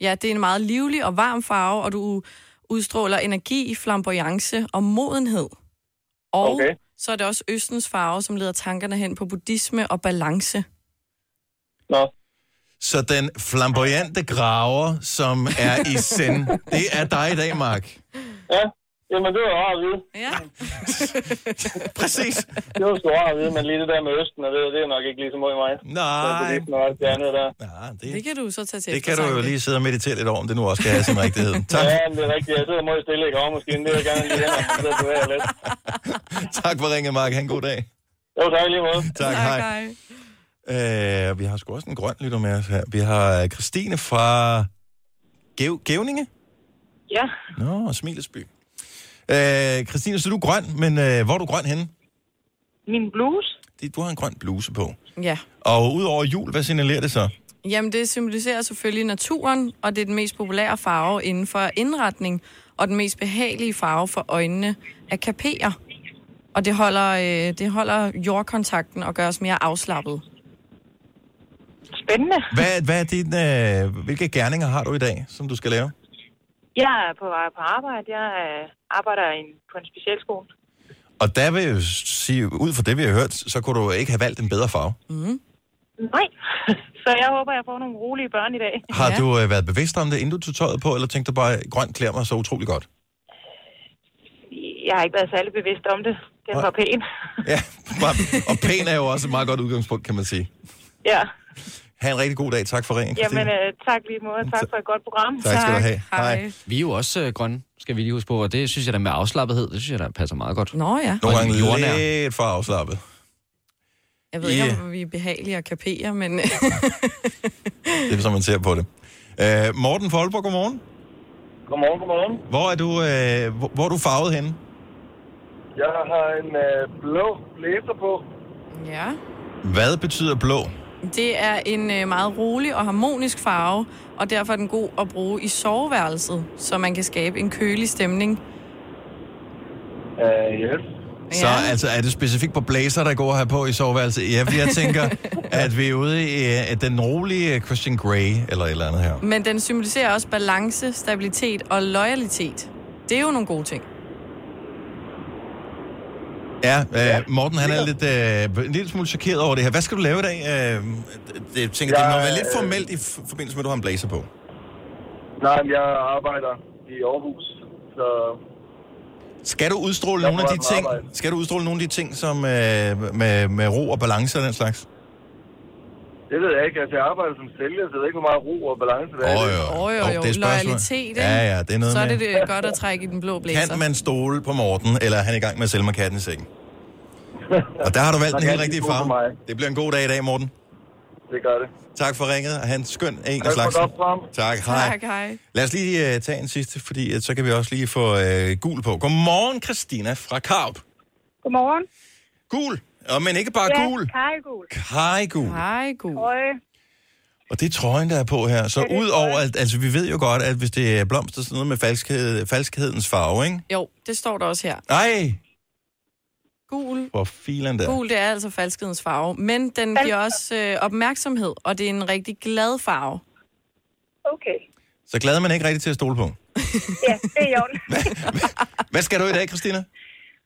Speaker 2: ja, det er en meget livlig og varm farve, og du udstråler energi, flamboyance og modenhed. Og
Speaker 16: Okay.
Speaker 2: okay. så er det også Østens farve, som leder tankerne hen på buddhisme og balance.
Speaker 16: Nå.
Speaker 1: Så den flamboyante graver, som er i sind, det er dig i dag, Mark.
Speaker 16: Ja, jamen det var rart at vide.
Speaker 2: Ja.
Speaker 1: Præcis.
Speaker 16: Det var sgu rart at vide, men lige det der med Østen, og det, det er nok ikke lige så meget mig.
Speaker 1: Nej.
Speaker 16: Det er buddhismen og alt det andet der.
Speaker 1: Nej,
Speaker 2: Det, det kan du så tage til
Speaker 1: Det kan du jo
Speaker 2: eftertanke.
Speaker 1: lige sidde og meditere lidt over, om det nu også skal have sin rigtighed. Tak,
Speaker 16: Ja, men det er rigtigt. Jeg sidder meget stille i gravmaskinen. Det vil jeg gerne lige hen, og så bevæger jeg lidt.
Speaker 1: tak for ringet, Mark. Ha' en god dag.
Speaker 16: Jo, tak i lige måde.
Speaker 1: Tak, Tak, hej. hej. Øh, vi har sgu også en grøn lytter med os her. Vi har øh, Christine fra Gæv- Gævninge.
Speaker 9: Ja.
Speaker 1: Nå, Smilesby. Øh, Christine, så er du grøn, men øh, hvor er du grøn henne?
Speaker 9: Min bluse.
Speaker 1: Du har en grøn bluse på.
Speaker 2: Ja.
Speaker 1: Og udover jul, hvad signalerer det så?
Speaker 2: Jamen, det symboliserer selvfølgelig naturen, og det er den mest populære farve inden for indretning, og den mest behagelige farve for øjnene er kapéer. Og det holder, øh, det holder jordkontakten og gør os mere afslappet.
Speaker 9: Spændende.
Speaker 1: Hvad, hvad er din, øh, hvilke gerninger har du i dag, som du skal lave?
Speaker 9: Jeg er på vej på arbejde. Jeg øh, arbejder i en, på en specialskole.
Speaker 1: Og der vil jeg jo sige, ud fra det, vi har hørt, så kunne du ikke have valgt en bedre farve.
Speaker 9: Mm. Nej. Så jeg håber, jeg får nogle rolige børn i dag.
Speaker 1: Har ja. du øh, været bevidst om det, inden du tog tøjet på, eller tænkte du bare, grønt klæder mig så utrolig godt?
Speaker 9: Jeg har ikke været særlig bevidst om det. Den var pæn.
Speaker 1: Ja, bare- og pæn er jo også et meget godt udgangspunkt, kan man sige.
Speaker 9: Ja.
Speaker 1: Ha' en rigtig god dag. Tak for ringen, Christine.
Speaker 9: Jamen, øh, tak lige måde. Tak for et godt program.
Speaker 1: Tak skal du have. Hej. Hej.
Speaker 3: Vi er jo også øh, grønne, skal vi lige huske på, og det synes jeg der med afslappethed, det synes jeg der passer meget godt.
Speaker 2: Nå ja.
Speaker 1: Nogle gange
Speaker 3: jordnær.
Speaker 1: lidt for afslappet.
Speaker 2: Jeg ved yeah. ikke, om vi er behagelige at kapere, men
Speaker 1: Det er, som man ser på det. Øh, Morten Folborg, godmorgen.
Speaker 17: Godmorgen, godmorgen.
Speaker 1: Hvor er du, øh, hvor, hvor er du farvet henne?
Speaker 17: Jeg har en øh, blå blæser på.
Speaker 2: ja.
Speaker 1: Hvad betyder blå?
Speaker 2: Det er en øh, meget rolig og harmonisk farve, og derfor er den god at bruge i soveværelset, så man kan skabe en kølig stemning.
Speaker 17: Uh, yes.
Speaker 1: Så altså, er det specifikt på blæser, der går her på i soveværelset? Ja, fordi jeg tænker, at vi er ude i øh, den rolige Christian Grey, eller et eller andet her.
Speaker 2: Men den symboliserer også balance, stabilitet og loyalitet. Det er jo nogle gode ting.
Speaker 1: Ja, øh, Morten han er lidt, øh, en lille smule chokeret over det her. Hvad skal du lave i dag? Øh, det, jeg tænker, det må
Speaker 17: Jeg-
Speaker 1: være lidt formelt i f- forbindelse med, at du har en blazer på.
Speaker 17: Nej, men jeg arbejder i Aarhus, så...
Speaker 1: Skal du udstråle
Speaker 17: Jeg
Speaker 1: nogle af
Speaker 17: er
Speaker 1: de
Speaker 17: på vej
Speaker 1: ting,
Speaker 17: på arbejde.
Speaker 1: skal du udstråle nogle af de ting som øh, med, med ro og balance og den slags?
Speaker 17: Det ved jeg ikke. Altså, jeg arbejder som sælger, så jeg ved ikke, hvor meget ro og balance der er.
Speaker 1: Åh, jo.
Speaker 2: Åh, jo,
Speaker 1: Åh,
Speaker 2: jo.
Speaker 1: det er et spørgsmål.
Speaker 2: Loyalitet, ikke?
Speaker 1: Ja, ja, det er noget
Speaker 2: Så er
Speaker 1: med-
Speaker 2: det, det godt at trække i den blå blæser.
Speaker 1: Kan man stole på Morten, eller er han i gang med at sælge mig katten i sækken? Og der har du valgt
Speaker 17: Der
Speaker 1: den
Speaker 17: kan
Speaker 1: helt
Speaker 17: jeg
Speaker 1: rigtige
Speaker 17: stole på
Speaker 1: farve. Det bliver en god dag i dag, Morten.
Speaker 17: Det gør det.
Speaker 1: Tak for ringet, og han skøn en
Speaker 17: Tak
Speaker 1: af
Speaker 17: for
Speaker 1: slags.
Speaker 17: godt program.
Speaker 1: Tak, hej.
Speaker 2: Tak, hej.
Speaker 1: Lad os lige uh, tage en sidste, fordi uh, så kan vi også lige få uh, gul på. Godmorgen, Christina fra Karp.
Speaker 9: Godmorgen.
Speaker 1: Gul, og men ikke bare
Speaker 9: ja,
Speaker 1: gul.
Speaker 9: Kajgul.
Speaker 1: Hej, gul.
Speaker 2: Hej, gul.
Speaker 9: Øje.
Speaker 1: Og det er trøjen, der er på her. Så ud over alt, altså vi ved jo godt, at hvis det er blomster, sådan noget med falskhed, falskhedens farve, ikke?
Speaker 2: Jo, det står der også her.
Speaker 1: Ej,
Speaker 2: Gul.
Speaker 1: hvor filen der.
Speaker 2: Gul, det er altså falskhedens farve, men den giver også øh, opmærksomhed, og det er en rigtig glad farve.
Speaker 9: Okay.
Speaker 1: Så glæder man ikke rigtig til at stole på.
Speaker 9: Ja, det er i orden.
Speaker 1: Hvad skal du i dag, Christina?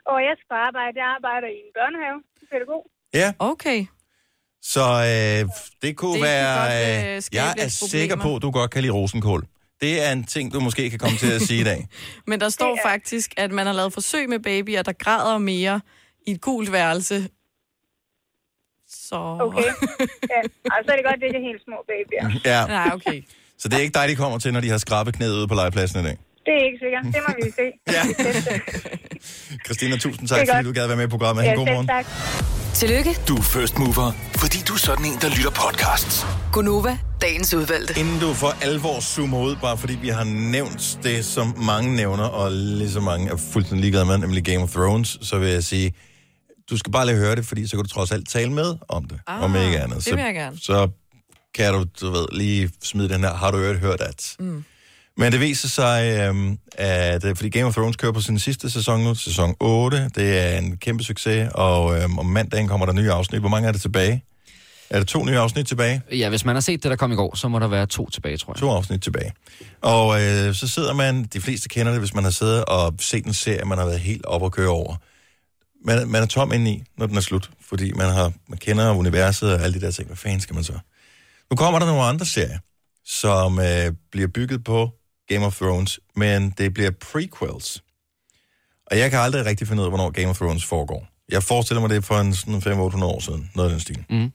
Speaker 9: Og jeg skal på arbejde. Jeg arbejder i en børnehave. Pædagog.
Speaker 1: Ja.
Speaker 2: Okay.
Speaker 1: Så øh, det kunne
Speaker 2: Det kan
Speaker 1: være...
Speaker 2: godt, øh,
Speaker 1: øh,
Speaker 2: skabe
Speaker 1: jeg er
Speaker 2: lidt
Speaker 1: sikker
Speaker 2: problemer.
Speaker 1: på, at du godt kan lide rosenkål. Det er en ting, du måske kan komme til at sige i dag.
Speaker 2: Men der står faktisk, at man har lavet forsøg med babyer, der græder mere i et gult værelse. Så...
Speaker 12: Okay. Ja, altså, er det godt, det ikke er helt små babyer.
Speaker 1: Ja.
Speaker 2: Nej, okay.
Speaker 1: Så det er ikke dig, de kommer til, når de har skrabet knæet ude på legepladsen i dag.
Speaker 12: Det er ikke sikkert. Det må vi se.
Speaker 1: ja. Christina, tusind tak,
Speaker 12: Det er
Speaker 1: fordi
Speaker 12: godt.
Speaker 1: du gad være med i programmet. Ja,
Speaker 12: ja,
Speaker 1: God
Speaker 12: selv
Speaker 1: morgen.
Speaker 12: tak.
Speaker 6: Tillykke,
Speaker 7: Du er first mover, fordi du er sådan en, der lytter podcasts.
Speaker 6: Gunova, dagens udvalgte.
Speaker 1: Inden du for alvor zoomer ud, bare fordi vi har nævnt det, som mange nævner, og lige så mange er fuldstændig ligeglade med, nemlig Game of Thrones, så vil jeg sige, du skal bare lige høre det, fordi så kan du trods alt tale med om det,
Speaker 2: Ah,
Speaker 1: om ikke andet.
Speaker 2: det
Speaker 1: Så,
Speaker 2: vil jeg gerne.
Speaker 1: Så kan du, du ved, lige smide den her, har du hørt, hørt at... Mm. Men det viser sig, øhm, at øh, fordi Game of Thrones kører på sin sidste sæson nu, sæson 8, det er en kæmpe succes, og øhm, om mandagen kommer der nye afsnit. Hvor mange er det tilbage? Er der to nye afsnit tilbage?
Speaker 3: Ja, hvis man har set det, der kom i går, så må der være to tilbage, tror jeg.
Speaker 1: To afsnit tilbage. Og øh, så sidder man, de fleste kender det, hvis man har siddet og set en serie, man har været helt op og køre over. Man, man er tom indeni, når den er slut, fordi man, har, man kender universet og alle de der ting. Hvad fanden skal man så? Nu kommer der nogle andre serier, som øh, bliver bygget på Game of Thrones, men det bliver prequels. Og jeg kan aldrig rigtig finde ud af, hvornår Game of Thrones foregår. Jeg forestiller mig det er for en sådan 500-800 år siden, noget af den stil.
Speaker 3: Mm.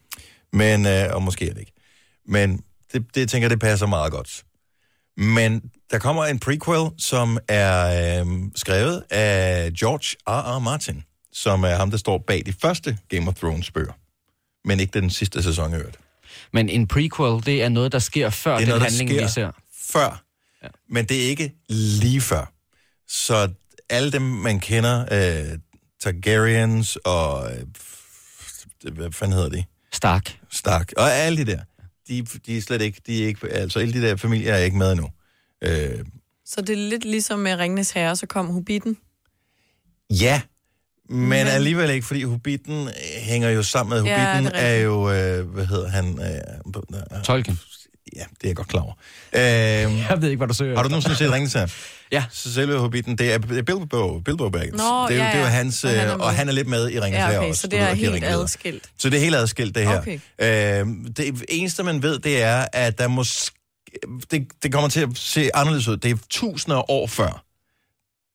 Speaker 1: Men, øh, og måske er det ikke. Men det, det jeg tænker jeg, det passer meget godt. Men der kommer en prequel, som er øh, skrevet af George R.R. Martin, som er ham, der står bag de første Game of Thrones-bøger. Men ikke den sidste sæson, i øvrigt.
Speaker 3: Men en prequel, det er noget, der sker før
Speaker 1: Det er
Speaker 3: den
Speaker 1: noget, der
Speaker 3: handling,
Speaker 1: sker
Speaker 3: vi ser.
Speaker 1: før. Ja. Men det er ikke lige før. Så alle dem, man kender, øh, Targaryens og... Øh, f- hvad fanden hedder de?
Speaker 3: Stark.
Speaker 1: Stark. Og alle de der. De, de er slet ikke... De er ikke altså, alle de der familier er ikke med endnu. Øh,
Speaker 2: Så det er lidt ligesom med Ringnes Herre, så kom Hobbiten.
Speaker 1: Ja, men alligevel ikke, fordi Hobbiten øh, hænger jo sammen med
Speaker 2: Ja, det er
Speaker 1: Hobbiten,
Speaker 2: rigtigt.
Speaker 1: er, jo, øh, hvad hedder han? Øh,
Speaker 3: Tolken.
Speaker 1: Ja, det er jeg godt klar over. Øh, jeg
Speaker 3: ved ikke, hvad du søger.
Speaker 1: Har du nogensinde set Ringens Herre?
Speaker 3: ja.
Speaker 1: Så selve Hobbiten, det er det er Bilbo, Bilbo Baggins.
Speaker 2: Nå,
Speaker 1: det, er, jo-
Speaker 2: ja,
Speaker 1: det er jo
Speaker 2: ja.
Speaker 1: hans,
Speaker 2: Og
Speaker 1: og
Speaker 2: han
Speaker 1: han
Speaker 2: er
Speaker 1: er, og
Speaker 2: med.
Speaker 1: han er lidt med i Ringens
Speaker 2: Ja,
Speaker 1: Herre
Speaker 2: okay,
Speaker 1: også.
Speaker 2: så
Speaker 1: Du
Speaker 2: det
Speaker 1: ved,
Speaker 2: er
Speaker 1: at de
Speaker 2: helt
Speaker 1: Ringledere.
Speaker 2: adskilt.
Speaker 1: Så det er helt adskilt, det her.
Speaker 2: Okay.
Speaker 1: Øh, det eneste, man ved, det er, at der måske, det, det kommer til at se anderledes ud. Det er tusinder af år før,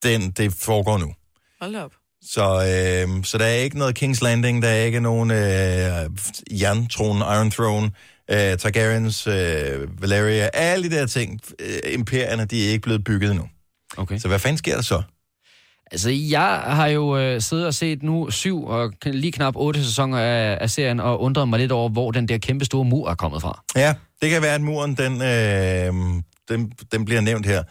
Speaker 1: den, det foregår nu.
Speaker 2: Hold da op.
Speaker 1: Så, øh, så der er ikke noget King's Landing, der er ikke nogen øh, jerntrone, Iron Throne, øh, Targaryens, øh, Valeria, alle de der ting, øh, imperierne, de er ikke blevet bygget endnu.
Speaker 3: Okay.
Speaker 1: Så hvad fanden sker der så?
Speaker 3: Altså, jeg har jo øh, siddet og set nu syv og k- lige knap otte sæsoner af, af serien, og undret mig lidt over, hvor den der kæmpe store mur er kommet fra.
Speaker 1: Ja, det kan være, at muren, den, øh, den, den bliver nævnt her.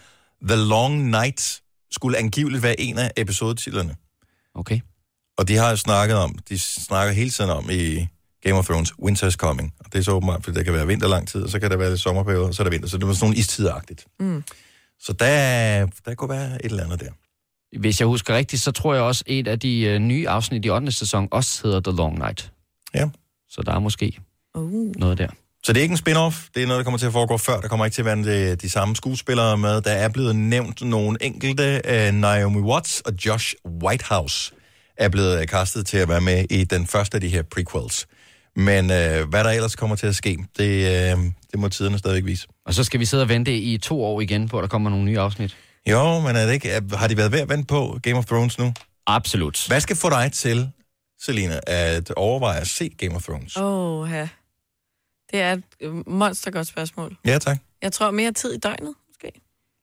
Speaker 1: The Long Night skulle angiveligt være en af episodetitlerne.
Speaker 3: Okay.
Speaker 1: Og de har jo snakket om, de snakker hele tiden om i Game of Thrones, Winter's Coming. Og det er så åbenbart, fordi der kan være vinter lang tid, og så kan der være lidt sommerperiode, og så er der vinter. Så det var sådan nogle istideragtigt.
Speaker 2: Mm.
Speaker 1: Så der, der kunne være et eller andet der.
Speaker 3: Hvis jeg husker rigtigt, så tror jeg også, et af de øh, nye afsnit i 8. sæson også hedder The Long Night.
Speaker 1: Ja.
Speaker 3: Så der er måske
Speaker 2: uh.
Speaker 3: noget der.
Speaker 1: Så det er ikke en spin-off, det er noget, der kommer til at foregå før. Der kommer ikke til at være de, de samme skuespillere med. Der er blevet nævnt nogle enkelte. Uh, Naomi Watts og Josh Whitehouse er blevet øh, castet til at være med i den første af de her prequels. Men uh, hvad der ellers kommer til at ske, det, uh, det må tiderne stadigvæk vise.
Speaker 3: Og så skal vi sidde og vente i to år igen, hvor der kommer nogle nye afsnit.
Speaker 1: Jo, men er det ikke, er- har de været ved at vente på Game of Thrones nu?
Speaker 3: Absolut.
Speaker 1: Hvad skal få dig til, Selina, at overveje at se Game of Thrones?
Speaker 2: Åh, oh, ja. Det er et øh, monstergodt spørgsmål.
Speaker 1: Ja, tak.
Speaker 2: Jeg tror mere tid i døgnet.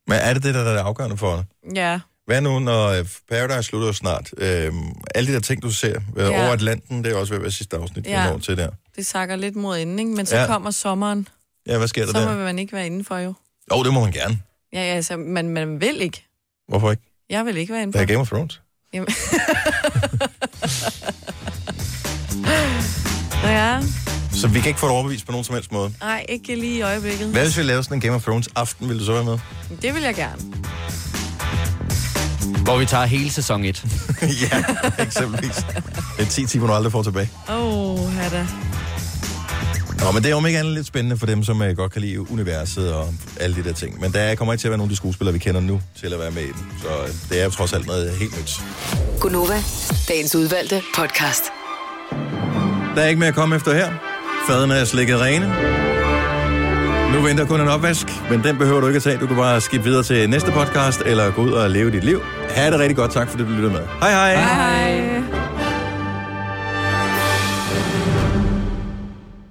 Speaker 1: Men er det det, der er det afgørende for dig?
Speaker 2: Ja,
Speaker 1: Hvad nu, når øh, Paradise slutter jo snart? Øhm, alle de der ting, du ser øh,
Speaker 2: Ja.
Speaker 1: over Atlanten, det er også ved at være sidste afsnit, ja.
Speaker 2: Ja.
Speaker 1: vi når til der.
Speaker 2: det sakker lidt mod enden, ikke? men så
Speaker 1: Ja.
Speaker 2: ja. kommer sommeren.
Speaker 1: Ja, hvad sker der
Speaker 2: Så
Speaker 1: der?
Speaker 2: må man ikke være indenfor jo.
Speaker 1: Jo, oh, det må man gerne.
Speaker 2: Ja, ja, altså, man, man vil ikke.
Speaker 1: Hvorfor ikke?
Speaker 2: Jeg vil ikke være indenfor.
Speaker 1: Der er Game of Thrones.
Speaker 2: Jamen. Nå ja,
Speaker 1: Så vi kan ikke få det overbevist på nogen som helst måde.
Speaker 2: nej, ikke lige i øjeblikket.
Speaker 1: Hvad hvis vi lavede sådan en Game of Thrones-aften, ville du så være med?
Speaker 2: Det vil jeg gerne.
Speaker 3: Hvor vi tager hele sæson 1.
Speaker 1: ja, eksempelvis. Det er 10 timer, du aldrig får tilbage.
Speaker 2: Åh, oh, da.
Speaker 1: Nå, men det er jo om ikke andet lidt spændende for dem, som uh, godt kan lide universet og alle de der ting. Men der kommer ikke til at være nogen af de skuespillere, vi kender nu, til at være med i den. Så øh, det er jo trods alt noget helt nyt.
Speaker 6: Gunova, dagens udvalgte podcast.
Speaker 1: Der er ikke mere at komme efter her. Fadene er slikket rene. Nu venter kun en opvask, men den behøver du ikke at tage. Du kan bare skip videre til næste podcast, eller gå ud og leve dit liv. Ha' det rigtig godt. Tak, fordi du lyttede med. Hej hej. Hej hej.